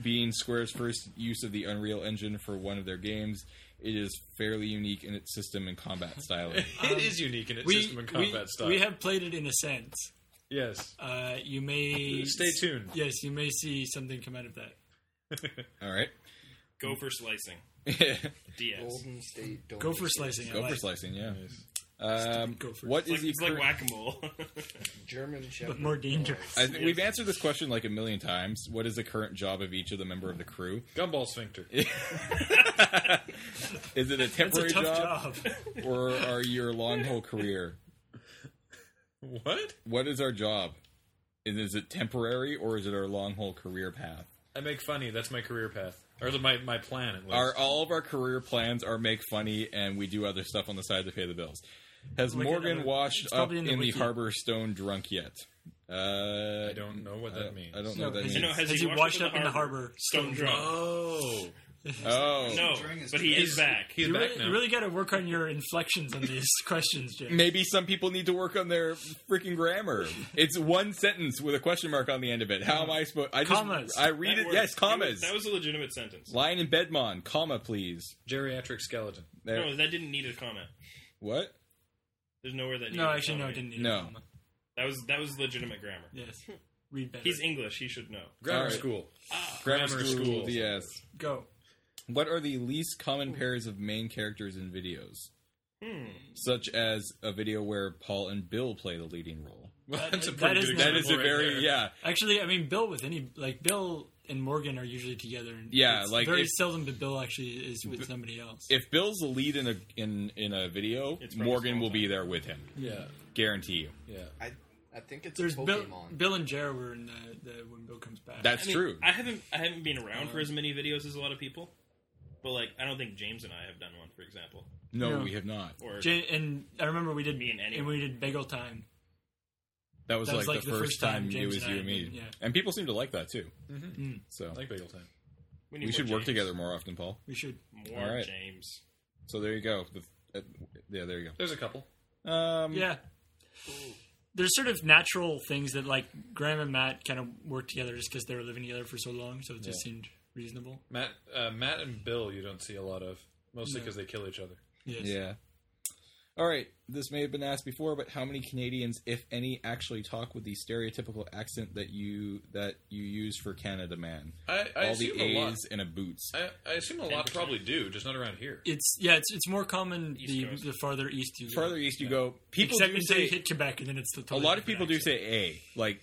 Speaker 6: Being Square's first use of the Unreal Engine for one of their games, it is fairly unique in its system and
Speaker 5: [LAUGHS]
Speaker 6: combat styling.
Speaker 1: it is unique in its system and combat
Speaker 5: Um, we,
Speaker 1: style.
Speaker 5: we have played it in a sense.
Speaker 1: yes.
Speaker 5: Uh, you may
Speaker 1: Stay tuned.
Speaker 5: Yes, you may see something come out of that.
Speaker 6: All right. [LAUGHS]
Speaker 3: Go for slicing. DS.
Speaker 4: Golden State. Don't
Speaker 5: Go for slicing. I
Speaker 6: Go for
Speaker 5: like.
Speaker 6: slicing, yeah. Um,
Speaker 5: Go for-
Speaker 6: what
Speaker 3: It's like,
Speaker 6: is the
Speaker 3: it's like
Speaker 6: cur-
Speaker 3: whack a [LAUGHS] mole.
Speaker 4: German Shepherd.
Speaker 5: more dangerous.
Speaker 6: I think we've answered this question like a million times. What is the current job of each of the member of the crew?
Speaker 1: Gumball [LAUGHS] sphincter.
Speaker 6: Is it a
Speaker 5: It's a
Speaker 6: temporary
Speaker 5: tough
Speaker 6: job, [LAUGHS]
Speaker 5: job.
Speaker 6: or are your long haul career?
Speaker 1: What?
Speaker 6: What is our job? Is, is it temporary or is it our long haul career path?
Speaker 1: I make funny. That's my career path, or the, my my plan at least.
Speaker 6: Our all of our career plans are make funny and we do other stuff on the side to pay the bills. Has
Speaker 5: Look at
Speaker 6: Morgan
Speaker 5: other-
Speaker 6: washed
Speaker 5: it's
Speaker 6: up
Speaker 5: probably
Speaker 6: in
Speaker 5: in
Speaker 6: the,
Speaker 5: the wiki.
Speaker 6: harbor stone drunk yet? Uh,
Speaker 1: I don't know what that means.
Speaker 6: I don't know what that
Speaker 5: has
Speaker 3: You
Speaker 6: means.
Speaker 3: know, has,
Speaker 5: Has he
Speaker 3: he washed
Speaker 5: washed up in the harbor?
Speaker 3: Stone drunk.
Speaker 1: Oh,
Speaker 6: Oh,
Speaker 3: No,
Speaker 7: During his
Speaker 3: but he is
Speaker 7: he's-
Speaker 3: back.
Speaker 1: he's
Speaker 5: You
Speaker 1: back
Speaker 5: really,
Speaker 1: now.
Speaker 5: you really got to work on your inflections on
Speaker 6: [LAUGHS]
Speaker 5: these questions, Jay.
Speaker 6: Maybe some people need to work on their freaking grammar. It's one sentence with a question mark on the end of it. How am I supposed? I just
Speaker 5: Commas.
Speaker 6: I read
Speaker 3: That
Speaker 6: it.
Speaker 3: worked.
Speaker 6: Yes,
Speaker 3: That was-
Speaker 6: commas.
Speaker 3: That was a legitimate sentence.
Speaker 6: Lion and Bedmon, comma please.
Speaker 1: geriatric skeleton.
Speaker 6: There.
Speaker 3: No, that didn't need a comment.
Speaker 6: what?
Speaker 3: There's nowhere that.
Speaker 5: No,
Speaker 3: needed a
Speaker 5: actually, no,
Speaker 3: comment.
Speaker 5: it didn't. Need
Speaker 6: No.
Speaker 5: A comma.
Speaker 3: That was that was legitimate grammar.
Speaker 5: Yes. Read better.
Speaker 3: He's English. He should know.
Speaker 6: All
Speaker 1: Grammar
Speaker 6: right.
Speaker 1: school.
Speaker 6: Grammar,
Speaker 1: Grammar
Speaker 6: school.
Speaker 1: school.
Speaker 6: Yes.
Speaker 5: Go.
Speaker 6: What are the least common
Speaker 5: Hmm.
Speaker 6: pairs of main characters in videos? Such as a video where Paul and Bill play the leading role.
Speaker 1: Well, that's a
Speaker 5: [LAUGHS] that
Speaker 1: pretty
Speaker 5: is
Speaker 1: good
Speaker 5: not-
Speaker 6: That is a
Speaker 1: example right
Speaker 6: very
Speaker 1: there.
Speaker 6: yeah.
Speaker 5: Actually, I mean, Bill with any like Bill and Morgan are usually together. And
Speaker 6: Yeah,
Speaker 5: it's
Speaker 6: like,
Speaker 5: very
Speaker 6: if-
Speaker 5: seldom that Bill actually is with somebody else.
Speaker 6: If Bill's the lead in a in in a video,
Speaker 3: It's from
Speaker 6: Morgan
Speaker 3: small
Speaker 6: will be
Speaker 3: town.
Speaker 6: there with him.
Speaker 1: yeah,
Speaker 6: Guarantee you.
Speaker 1: yeah.
Speaker 4: I, I think it's
Speaker 5: There's
Speaker 4: a Pokemon.
Speaker 5: Bill, Bill and Jer were in the, the when Bill comes back.
Speaker 6: That's
Speaker 3: I mean,
Speaker 6: true.
Speaker 3: I haven't I haven't been around for as many videos as a lot of people, but like I don't think James and I have done one, for example,
Speaker 6: no,
Speaker 5: No.
Speaker 6: we have not.
Speaker 3: or
Speaker 5: Jay, and I remember we did
Speaker 3: Me and anyone.
Speaker 5: and we did Bagel Time.
Speaker 6: That was,
Speaker 5: That
Speaker 6: like, the, first time, it
Speaker 5: James
Speaker 6: was
Speaker 5: and
Speaker 6: you
Speaker 5: I
Speaker 6: and me.
Speaker 5: did, yeah.
Speaker 6: And people seem to like that too.
Speaker 5: Hmm.
Speaker 6: So
Speaker 1: I like bagel time.
Speaker 3: need
Speaker 6: we
Speaker 3: more
Speaker 6: should work
Speaker 3: James.
Speaker 6: together more often, Paul.
Speaker 5: We should.
Speaker 3: More
Speaker 6: All right.
Speaker 3: James.
Speaker 6: So there you go. The, uh, yeah, there you
Speaker 1: There's a couple.
Speaker 6: go. Um,
Speaker 5: Yeah. There's sort of natural things that like Graham and Matt kind of work together just because they were living together for so long, so it just seemed reasonable.
Speaker 1: Matt, uh, Matt and Bill, you don't see a lot of, mostly
Speaker 5: No.
Speaker 1: because they kill each other.
Speaker 5: Yes.
Speaker 6: Yeah. All right. This may have been asked before, but how many Canadians, if any, actually talk with the stereotypical accent that you that you use for Canada Man?
Speaker 1: I, I
Speaker 6: All the
Speaker 1: assume a lot.
Speaker 6: A's and a boots.
Speaker 1: I, I assume a lot
Speaker 3: 10%.
Speaker 1: probably do, just not around here.
Speaker 5: It's yeah, it's it's more common
Speaker 3: East
Speaker 5: the,
Speaker 3: Coast.
Speaker 5: the farther east you go.
Speaker 6: Farther east you go, people
Speaker 5: Except
Speaker 6: do
Speaker 5: until you
Speaker 6: say
Speaker 5: hit Quebec, and then it's the
Speaker 6: a lot of people do say A. Like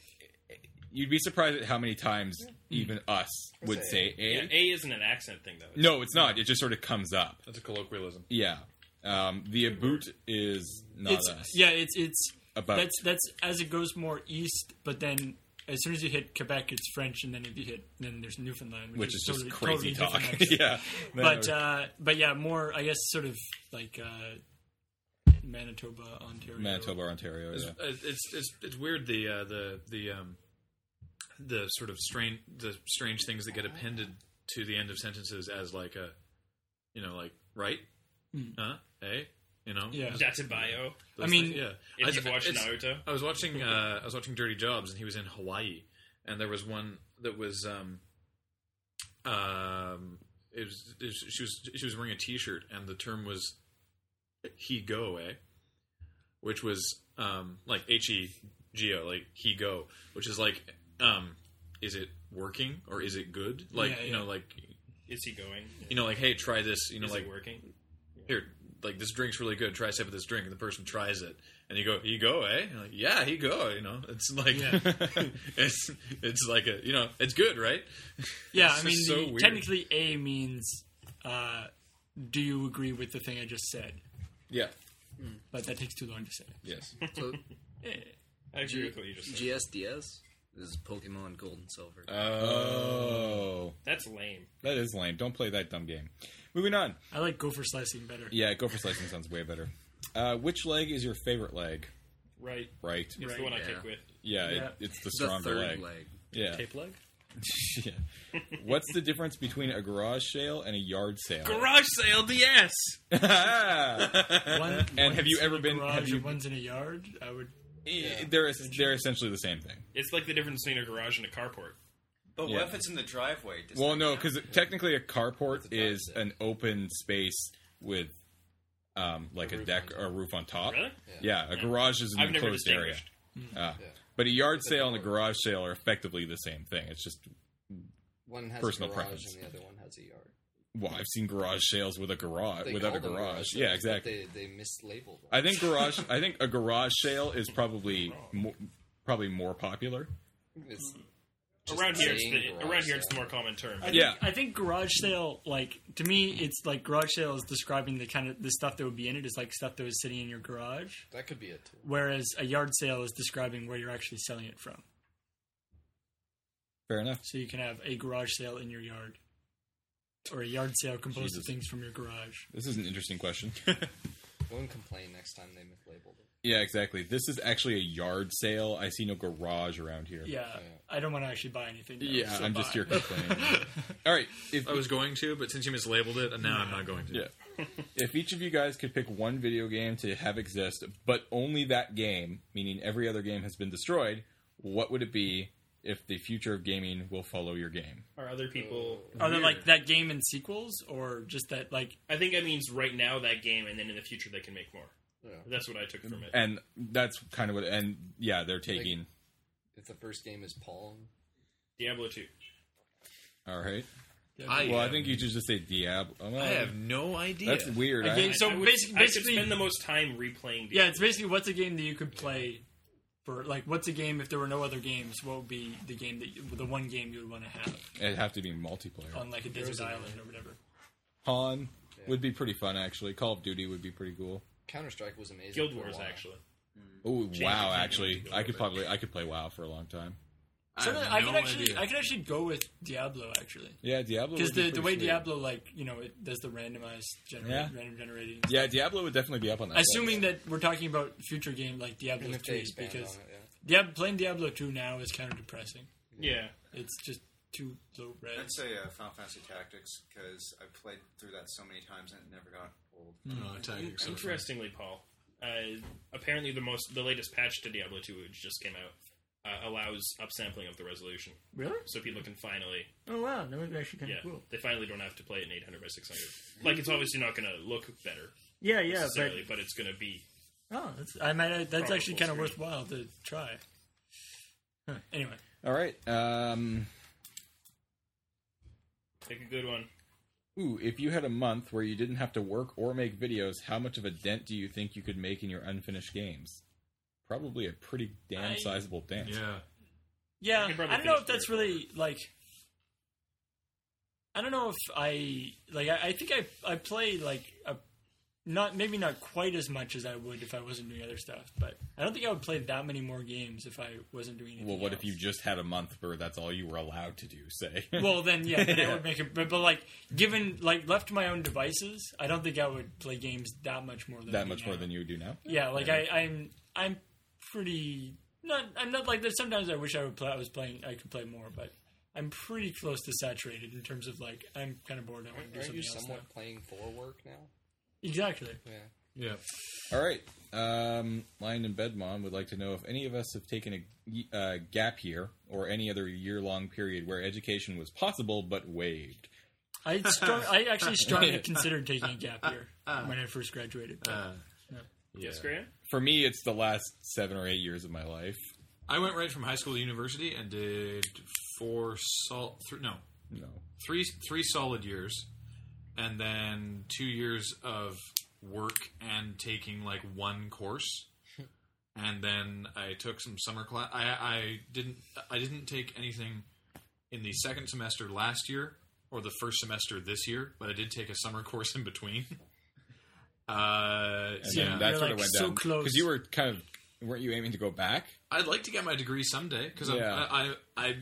Speaker 6: you'd be surprised at how many times
Speaker 5: Mm.
Speaker 6: even us would say A.
Speaker 3: Yeah, A isn't an accent thing though.
Speaker 6: No, it's not. It just sort of comes up.
Speaker 1: That's a colloquialism.
Speaker 6: Yeah. Um, the aboot is not
Speaker 5: it's
Speaker 6: us.
Speaker 5: yeah, it's it's
Speaker 6: About.
Speaker 5: that's that's as it goes more east, but then as soon as you hit Quebec, it's French, and then if you hit then there's Newfoundland, which,
Speaker 6: Which is just
Speaker 5: totally,
Speaker 6: crazy
Speaker 5: totally different
Speaker 6: [LAUGHS] talk.
Speaker 5: accent.
Speaker 6: yeah.
Speaker 5: but uh, but yeah, more I guess sort of like uh, Manitoba, Ontario,
Speaker 6: Manitoba, Ontario.
Speaker 1: It's
Speaker 6: Yeah.
Speaker 1: it's, it's it's weird the uh, the the um, the sort of strange the strange things that get appended to the end of sentences as like a, you know, like right, huh, eh, you know,
Speaker 5: Yeah.
Speaker 3: That's a bio.
Speaker 1: Those
Speaker 5: I mean,
Speaker 1: things, yeah.
Speaker 3: If
Speaker 1: I-
Speaker 3: you've watched
Speaker 1: it's-
Speaker 3: Naruto,
Speaker 1: I was watching uh, I was watching Dirty Jobs, and he was in Hawaii, and there was one that was um, um, it was, it was she was she was wearing a T-shirt, and the term was "he go," eh, which was um, like H E G O, like he go, which is like um, is it working or is it good? Like
Speaker 5: Yeah,
Speaker 1: you
Speaker 5: yeah.
Speaker 1: know, like
Speaker 3: is he going?
Speaker 1: you know, like hey, try this. You know,
Speaker 3: Is
Speaker 1: like
Speaker 3: it working?
Speaker 1: here, like this drink's really good. Try a sip of this drink, and the person tries it, and you go, he go, eh? And like, yeah, he go. You know, it's like [LAUGHS] it's it's like a you know, it's good, right?
Speaker 5: Yeah,
Speaker 1: It's
Speaker 5: I mean,
Speaker 1: just so
Speaker 5: the-
Speaker 1: weird.
Speaker 5: technically, A means uh, do you agree with the thing I just said?
Speaker 1: Yeah.
Speaker 5: But that takes too long to say. Eh,
Speaker 1: Yes.
Speaker 4: So,
Speaker 3: I agree with what you just said.
Speaker 4: GSDS is Pokemon Gold and Silver.
Speaker 6: oh,
Speaker 3: That's lame.
Speaker 6: that is lame. Don't play that dumb game. Moving on.
Speaker 5: I like gopher slicing better.
Speaker 6: Yeah, gopher slicing sounds way better. Uh, which leg is your favorite leg?
Speaker 3: Right.
Speaker 6: Right.
Speaker 3: It's the one I
Speaker 4: yeah.
Speaker 3: kick with.
Speaker 6: Yeah, it-
Speaker 5: Yeah.
Speaker 6: it's the
Speaker 4: the
Speaker 6: stronger
Speaker 4: third
Speaker 6: leg.
Speaker 4: leg.
Speaker 6: Yeah.
Speaker 1: leg.
Speaker 6: [LAUGHS] yeah. What's the difference between a garage sale and a yard sale? [LAUGHS]
Speaker 3: Garage sale DS.
Speaker 6: Ah!
Speaker 5: One,
Speaker 6: and have you ever
Speaker 5: in a
Speaker 6: been?
Speaker 5: garage
Speaker 6: Have you?
Speaker 5: and one's in a yard? I would.
Speaker 6: They're es- they're essentially the same thing.
Speaker 3: It's like the difference between a garage and a carport.
Speaker 7: But
Speaker 6: Yeah.
Speaker 7: what if it's in the driveway? Does
Speaker 6: Well,
Speaker 7: that
Speaker 6: no,
Speaker 7: count?
Speaker 6: because technically a carport is an open space with, um, like a, deck or a roof on top.
Speaker 3: Really?
Speaker 6: Yeah, a garage is an
Speaker 3: I've never
Speaker 6: enclosed area. Mm. Uh,
Speaker 3: distinguished.
Speaker 6: Ah. But a yard sale and a garage sale are effectively the same thing. It's just
Speaker 4: One has
Speaker 6: Personal
Speaker 4: a garage
Speaker 6: preference.
Speaker 4: and the other one has a yard.
Speaker 6: Well, I've seen garage sales with a garage
Speaker 4: They
Speaker 6: without
Speaker 4: call
Speaker 6: a
Speaker 4: them
Speaker 6: garage.
Speaker 4: garages,
Speaker 6: Yeah,
Speaker 4: but
Speaker 6: exactly.
Speaker 4: They, they mislabeled them.
Speaker 6: I think garage. I think a garage sale is probably mo- probably more popular.
Speaker 4: It's
Speaker 3: around here, it's
Speaker 4: saying
Speaker 3: the,
Speaker 4: garage
Speaker 3: around here, it's the
Speaker 4: sale.
Speaker 3: more common term.
Speaker 6: Yeah.
Speaker 5: I think garage sale, like to me, it's like garage sale is describing the kind of the stuff that would be in it is like stuff that was sitting in your garage,
Speaker 4: that could be it. Too.
Speaker 5: whereas a yard sale is describing where you're actually selling it from.
Speaker 6: Fair enough.
Speaker 5: So you can have a garage sale in your yard, or a yard sale composed
Speaker 6: Jesus.
Speaker 5: of things from your garage.
Speaker 6: This is an interesting question. [LAUGHS]
Speaker 4: Won't complain next time they mislabeled it.
Speaker 6: yeah, exactly. This is actually a yard sale. I see no garage around here.
Speaker 5: Yeah, I don't want to actually buy anything. though,
Speaker 6: Yeah,
Speaker 5: so
Speaker 6: I'm just
Speaker 5: buy.
Speaker 6: here complaining. [LAUGHS] All right. If,
Speaker 1: I was going to, but since you mislabeled it, and now I'm not going to.
Speaker 6: Yeah. if each of you guys could pick one video game to have exist, but only that game, meaning every other game has been destroyed, what would it be if the future of gaming will follow your game?
Speaker 3: Are other people?
Speaker 4: Mm.
Speaker 5: Are there like that game and sequels, or just that like
Speaker 3: I think that means right now that game, and then in the future they can make more.
Speaker 4: Yeah.
Speaker 3: That's what I took from it.
Speaker 6: And that's kind of what. And yeah, they're taking.
Speaker 4: If the first game is Pong,
Speaker 3: Diablo two.
Speaker 6: all right.
Speaker 1: I,
Speaker 6: Well, I think you should just say Diablo. Oh,
Speaker 1: I have no idea.
Speaker 6: That's weird. I-
Speaker 5: game- So
Speaker 3: I would,
Speaker 5: basi-
Speaker 3: I could
Speaker 5: basically-
Speaker 3: spend the most time replaying. Diablo.
Speaker 5: yeah, it's basically what's a game that you could play for like what's a game if there were no other games? What would be the game that you, the one game you would want to have
Speaker 6: it'd have to be multiplayer.
Speaker 5: on like a desert island or whatever?
Speaker 6: Han would be pretty fun, actually. Call of Duty would be pretty cool.
Speaker 4: Counter Strike was amazing.
Speaker 3: Guild
Speaker 4: for a
Speaker 3: Wars
Speaker 4: while.
Speaker 3: actually.
Speaker 6: Oh wow!
Speaker 3: the game
Speaker 6: Actually,
Speaker 3: to
Speaker 6: I could probably I could play WoW for a long time.
Speaker 1: I,
Speaker 5: So
Speaker 1: have
Speaker 5: I could
Speaker 1: no
Speaker 5: actually
Speaker 1: idea.
Speaker 5: I could actually go with Diablo actually
Speaker 6: Yeah, Diablo.
Speaker 5: because
Speaker 6: would be
Speaker 5: the, the
Speaker 6: pretty
Speaker 5: way
Speaker 6: sweet.
Speaker 5: Diablo like you know it does the randomized gener-
Speaker 6: Yeah.
Speaker 5: random generating.
Speaker 6: Yeah, Diablo would definitely be up on that. list.
Speaker 5: Assuming that we're talking about future game like Diablo
Speaker 4: And if they
Speaker 5: three
Speaker 4: expand
Speaker 5: because
Speaker 4: on it, yeah.
Speaker 5: Diab- playing Diablo two now is kind of depressing.
Speaker 3: Yeah.
Speaker 5: It's just too low res.
Speaker 7: I'd say uh, Final Fantasy Tactics because I've played through that so many times and it never got old.
Speaker 1: No, Tactics.
Speaker 3: Interestingly, Paul, uh, apparently the most the latest patch to Diablo two, which just came out, uh, allows upsampling of the resolution,
Speaker 5: Really?
Speaker 3: so people can finally
Speaker 5: Oh wow, that was actually kind
Speaker 3: yeah
Speaker 5: of cool.
Speaker 3: they finally don't have to play it in 800 by 600. Like it's obviously not going to look better
Speaker 5: Yeah, yeah, but
Speaker 3: necessarily, but it's going to be
Speaker 5: oh, that's, I mean, that's
Speaker 3: Probable
Speaker 5: actually kind of
Speaker 3: screen.
Speaker 5: worthwhile to try. Huh. Anyway,
Speaker 6: All right. Um,
Speaker 3: like a good one.
Speaker 6: ooh, if you had a month where you didn't have to work or make videos, how much of a dent do you think you could make in your unfinished games? Probably a pretty damn
Speaker 5: I-
Speaker 6: sizable dent.
Speaker 1: Yeah.
Speaker 5: yeah,
Speaker 3: can
Speaker 5: I
Speaker 3: probably
Speaker 5: don't know
Speaker 3: finish
Speaker 5: if that's
Speaker 3: three or
Speaker 5: really like. I don't know if I like. I, I think I I play like a, not maybe not quite as much as I would if I wasn't doing other stuff. But I don't think I would play that many more games if I wasn't doing anything.
Speaker 6: Well, what
Speaker 5: else.
Speaker 6: if you just had a month where that's all you were allowed to do? Say. [LAUGHS]
Speaker 5: Well, then yeah, then
Speaker 6: Yeah.
Speaker 5: I would make it. But, but like, given like left to my own devices, I don't think I would play games that much more than I
Speaker 6: that
Speaker 5: do
Speaker 6: much more
Speaker 5: now.
Speaker 6: than you do now.
Speaker 5: Yeah, like I, I'm I'm pretty not I'm not like that. Sometimes I wish I would play. I was playing. I could play more, but I'm pretty close to saturated in terms of like I'm kind of bored. I want to do
Speaker 4: Aren't
Speaker 5: something
Speaker 4: you
Speaker 5: else.
Speaker 4: somewhat
Speaker 5: now.
Speaker 4: playing for work now?
Speaker 5: Exactly.
Speaker 4: Yeah.
Speaker 1: Yeah.
Speaker 6: All right. Um, Lion and Bedmon would like to know if any of us have taken a uh, gap year or any other year-long period where education was possible but waived.
Speaker 5: I strong, I actually strongly considered taking a gap year when I first graduated. but-
Speaker 3: Yes, Graham.
Speaker 6: For me, it's the last seven or eight years of my life.
Speaker 1: I went right from high school to university and did four sol thr no
Speaker 6: No.
Speaker 1: three three solid years, and then two years of work and taking like one
Speaker 6: [LAUGHS]
Speaker 1: course, and then I took some summer class. I, I didn't I didn't take anything in the second semester last year or the first semester this year, but I did take a summer [LAUGHS] course in between. Uh,
Speaker 6: And
Speaker 1: yeah,
Speaker 6: then
Speaker 5: you're,
Speaker 6: that's what
Speaker 5: like,
Speaker 6: it went
Speaker 5: so
Speaker 6: down.
Speaker 5: close.
Speaker 6: Because you were kind of weren't you aiming to go back?
Speaker 1: I'd like to get my degree someday because
Speaker 6: Yeah.
Speaker 1: I, I, I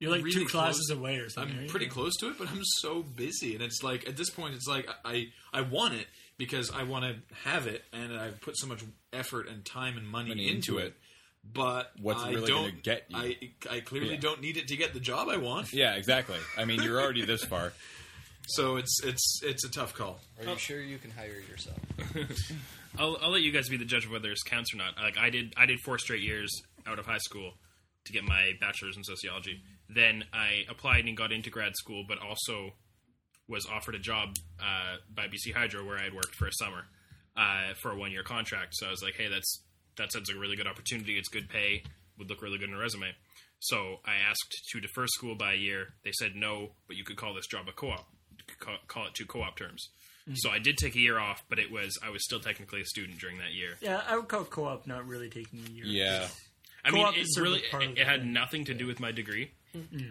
Speaker 5: You're like
Speaker 1: Really
Speaker 5: two classes
Speaker 1: close.
Speaker 5: away or something.
Speaker 1: I'm
Speaker 5: right?
Speaker 1: pretty close to it, but I'm so busy, and it's like at this point, it's like I I want it because I want to have it, and I've put so much effort and time and money
Speaker 6: Money
Speaker 1: into
Speaker 6: into
Speaker 1: it. But
Speaker 6: What's
Speaker 1: I
Speaker 6: really
Speaker 1: don't
Speaker 6: gonna get you?
Speaker 1: I I clearly
Speaker 6: Yeah.
Speaker 1: don't need it to get the job I want.
Speaker 6: Yeah, exactly. I mean, you're already this far.
Speaker 1: So it's it's it's a tough call.
Speaker 4: Are you sure you can hire yourself?
Speaker 3: I'll, I'll let you guys be the judge of whether this counts or not. Like I did, I did four straight years out of high school to get my bachelor's in sociology. Then I applied and got into grad school, but also was offered a job uh, by BC Hydro where I had worked for a summer uh, for a one year contract. So I was like, hey, that's that sounds like a really good opportunity. It's good pay. Would look really good in a resume. So I asked to defer school by a year. They said no, but you could call this job a co-op. Call, call it two co-op terms. So I did take a year off, but it was I was still technically a student during that year.
Speaker 5: Yeah, I would call co-op not really taking a year.
Speaker 6: Yeah.
Speaker 3: I mean,
Speaker 5: Co-op
Speaker 3: it
Speaker 5: is sort of
Speaker 3: really
Speaker 5: a part of
Speaker 3: it,
Speaker 5: the
Speaker 3: it had
Speaker 5: thing.
Speaker 3: nothing to do with my degree.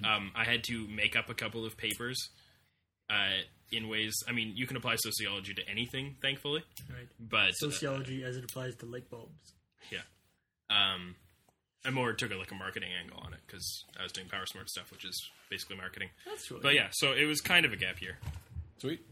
Speaker 3: Um, I had to make up a couple of papers uh, in ways. I mean, you can apply sociology to anything, thankfully,
Speaker 5: Right.
Speaker 3: but uh,
Speaker 5: Sociology as it applies to light bulbs.
Speaker 3: yeah. Um, I more took a, like a marketing angle on it because I was doing power smart stuff, which is basically marketing.
Speaker 5: That's really
Speaker 3: But yeah, so it was kind of a gap year.
Speaker 6: Sweet.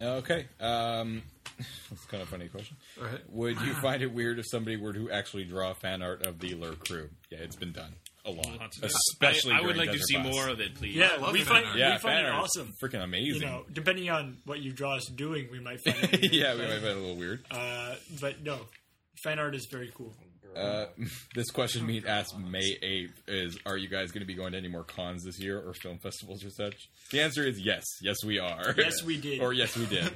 Speaker 6: Okay. Um, [LAUGHS] that's kind of a funny question.
Speaker 1: right.
Speaker 6: Would you find it weird if somebody were to actually draw fan art of the Lur crew? Yeah, it's been done a lot,
Speaker 3: Lots of-
Speaker 6: especially.
Speaker 3: I, I would like
Speaker 6: during
Speaker 3: to
Speaker 6: Desert
Speaker 3: see
Speaker 6: Boss.
Speaker 3: more of it, please.
Speaker 5: Yeah,
Speaker 1: love
Speaker 5: we
Speaker 1: fan
Speaker 5: find
Speaker 1: art.
Speaker 6: Yeah,
Speaker 5: we find
Speaker 6: fan
Speaker 5: it Uh,
Speaker 6: art is
Speaker 5: awesome.
Speaker 6: freaking
Speaker 5: You
Speaker 6: amazing.
Speaker 5: know, depending on what you draw us doing, we might find it. weird.
Speaker 6: [LAUGHS] yeah, we might find it a little weird.
Speaker 5: Uh, but no, fan art is very cool.
Speaker 6: Uh, [LAUGHS] this question meet asked May 8th is Are you guys going to be going to any more cons this year or film festivals or such? The answer is yes. Yes, we are.
Speaker 5: Yes, we did.
Speaker 6: or yes,
Speaker 5: [LAUGHS]
Speaker 6: we did.
Speaker 3: And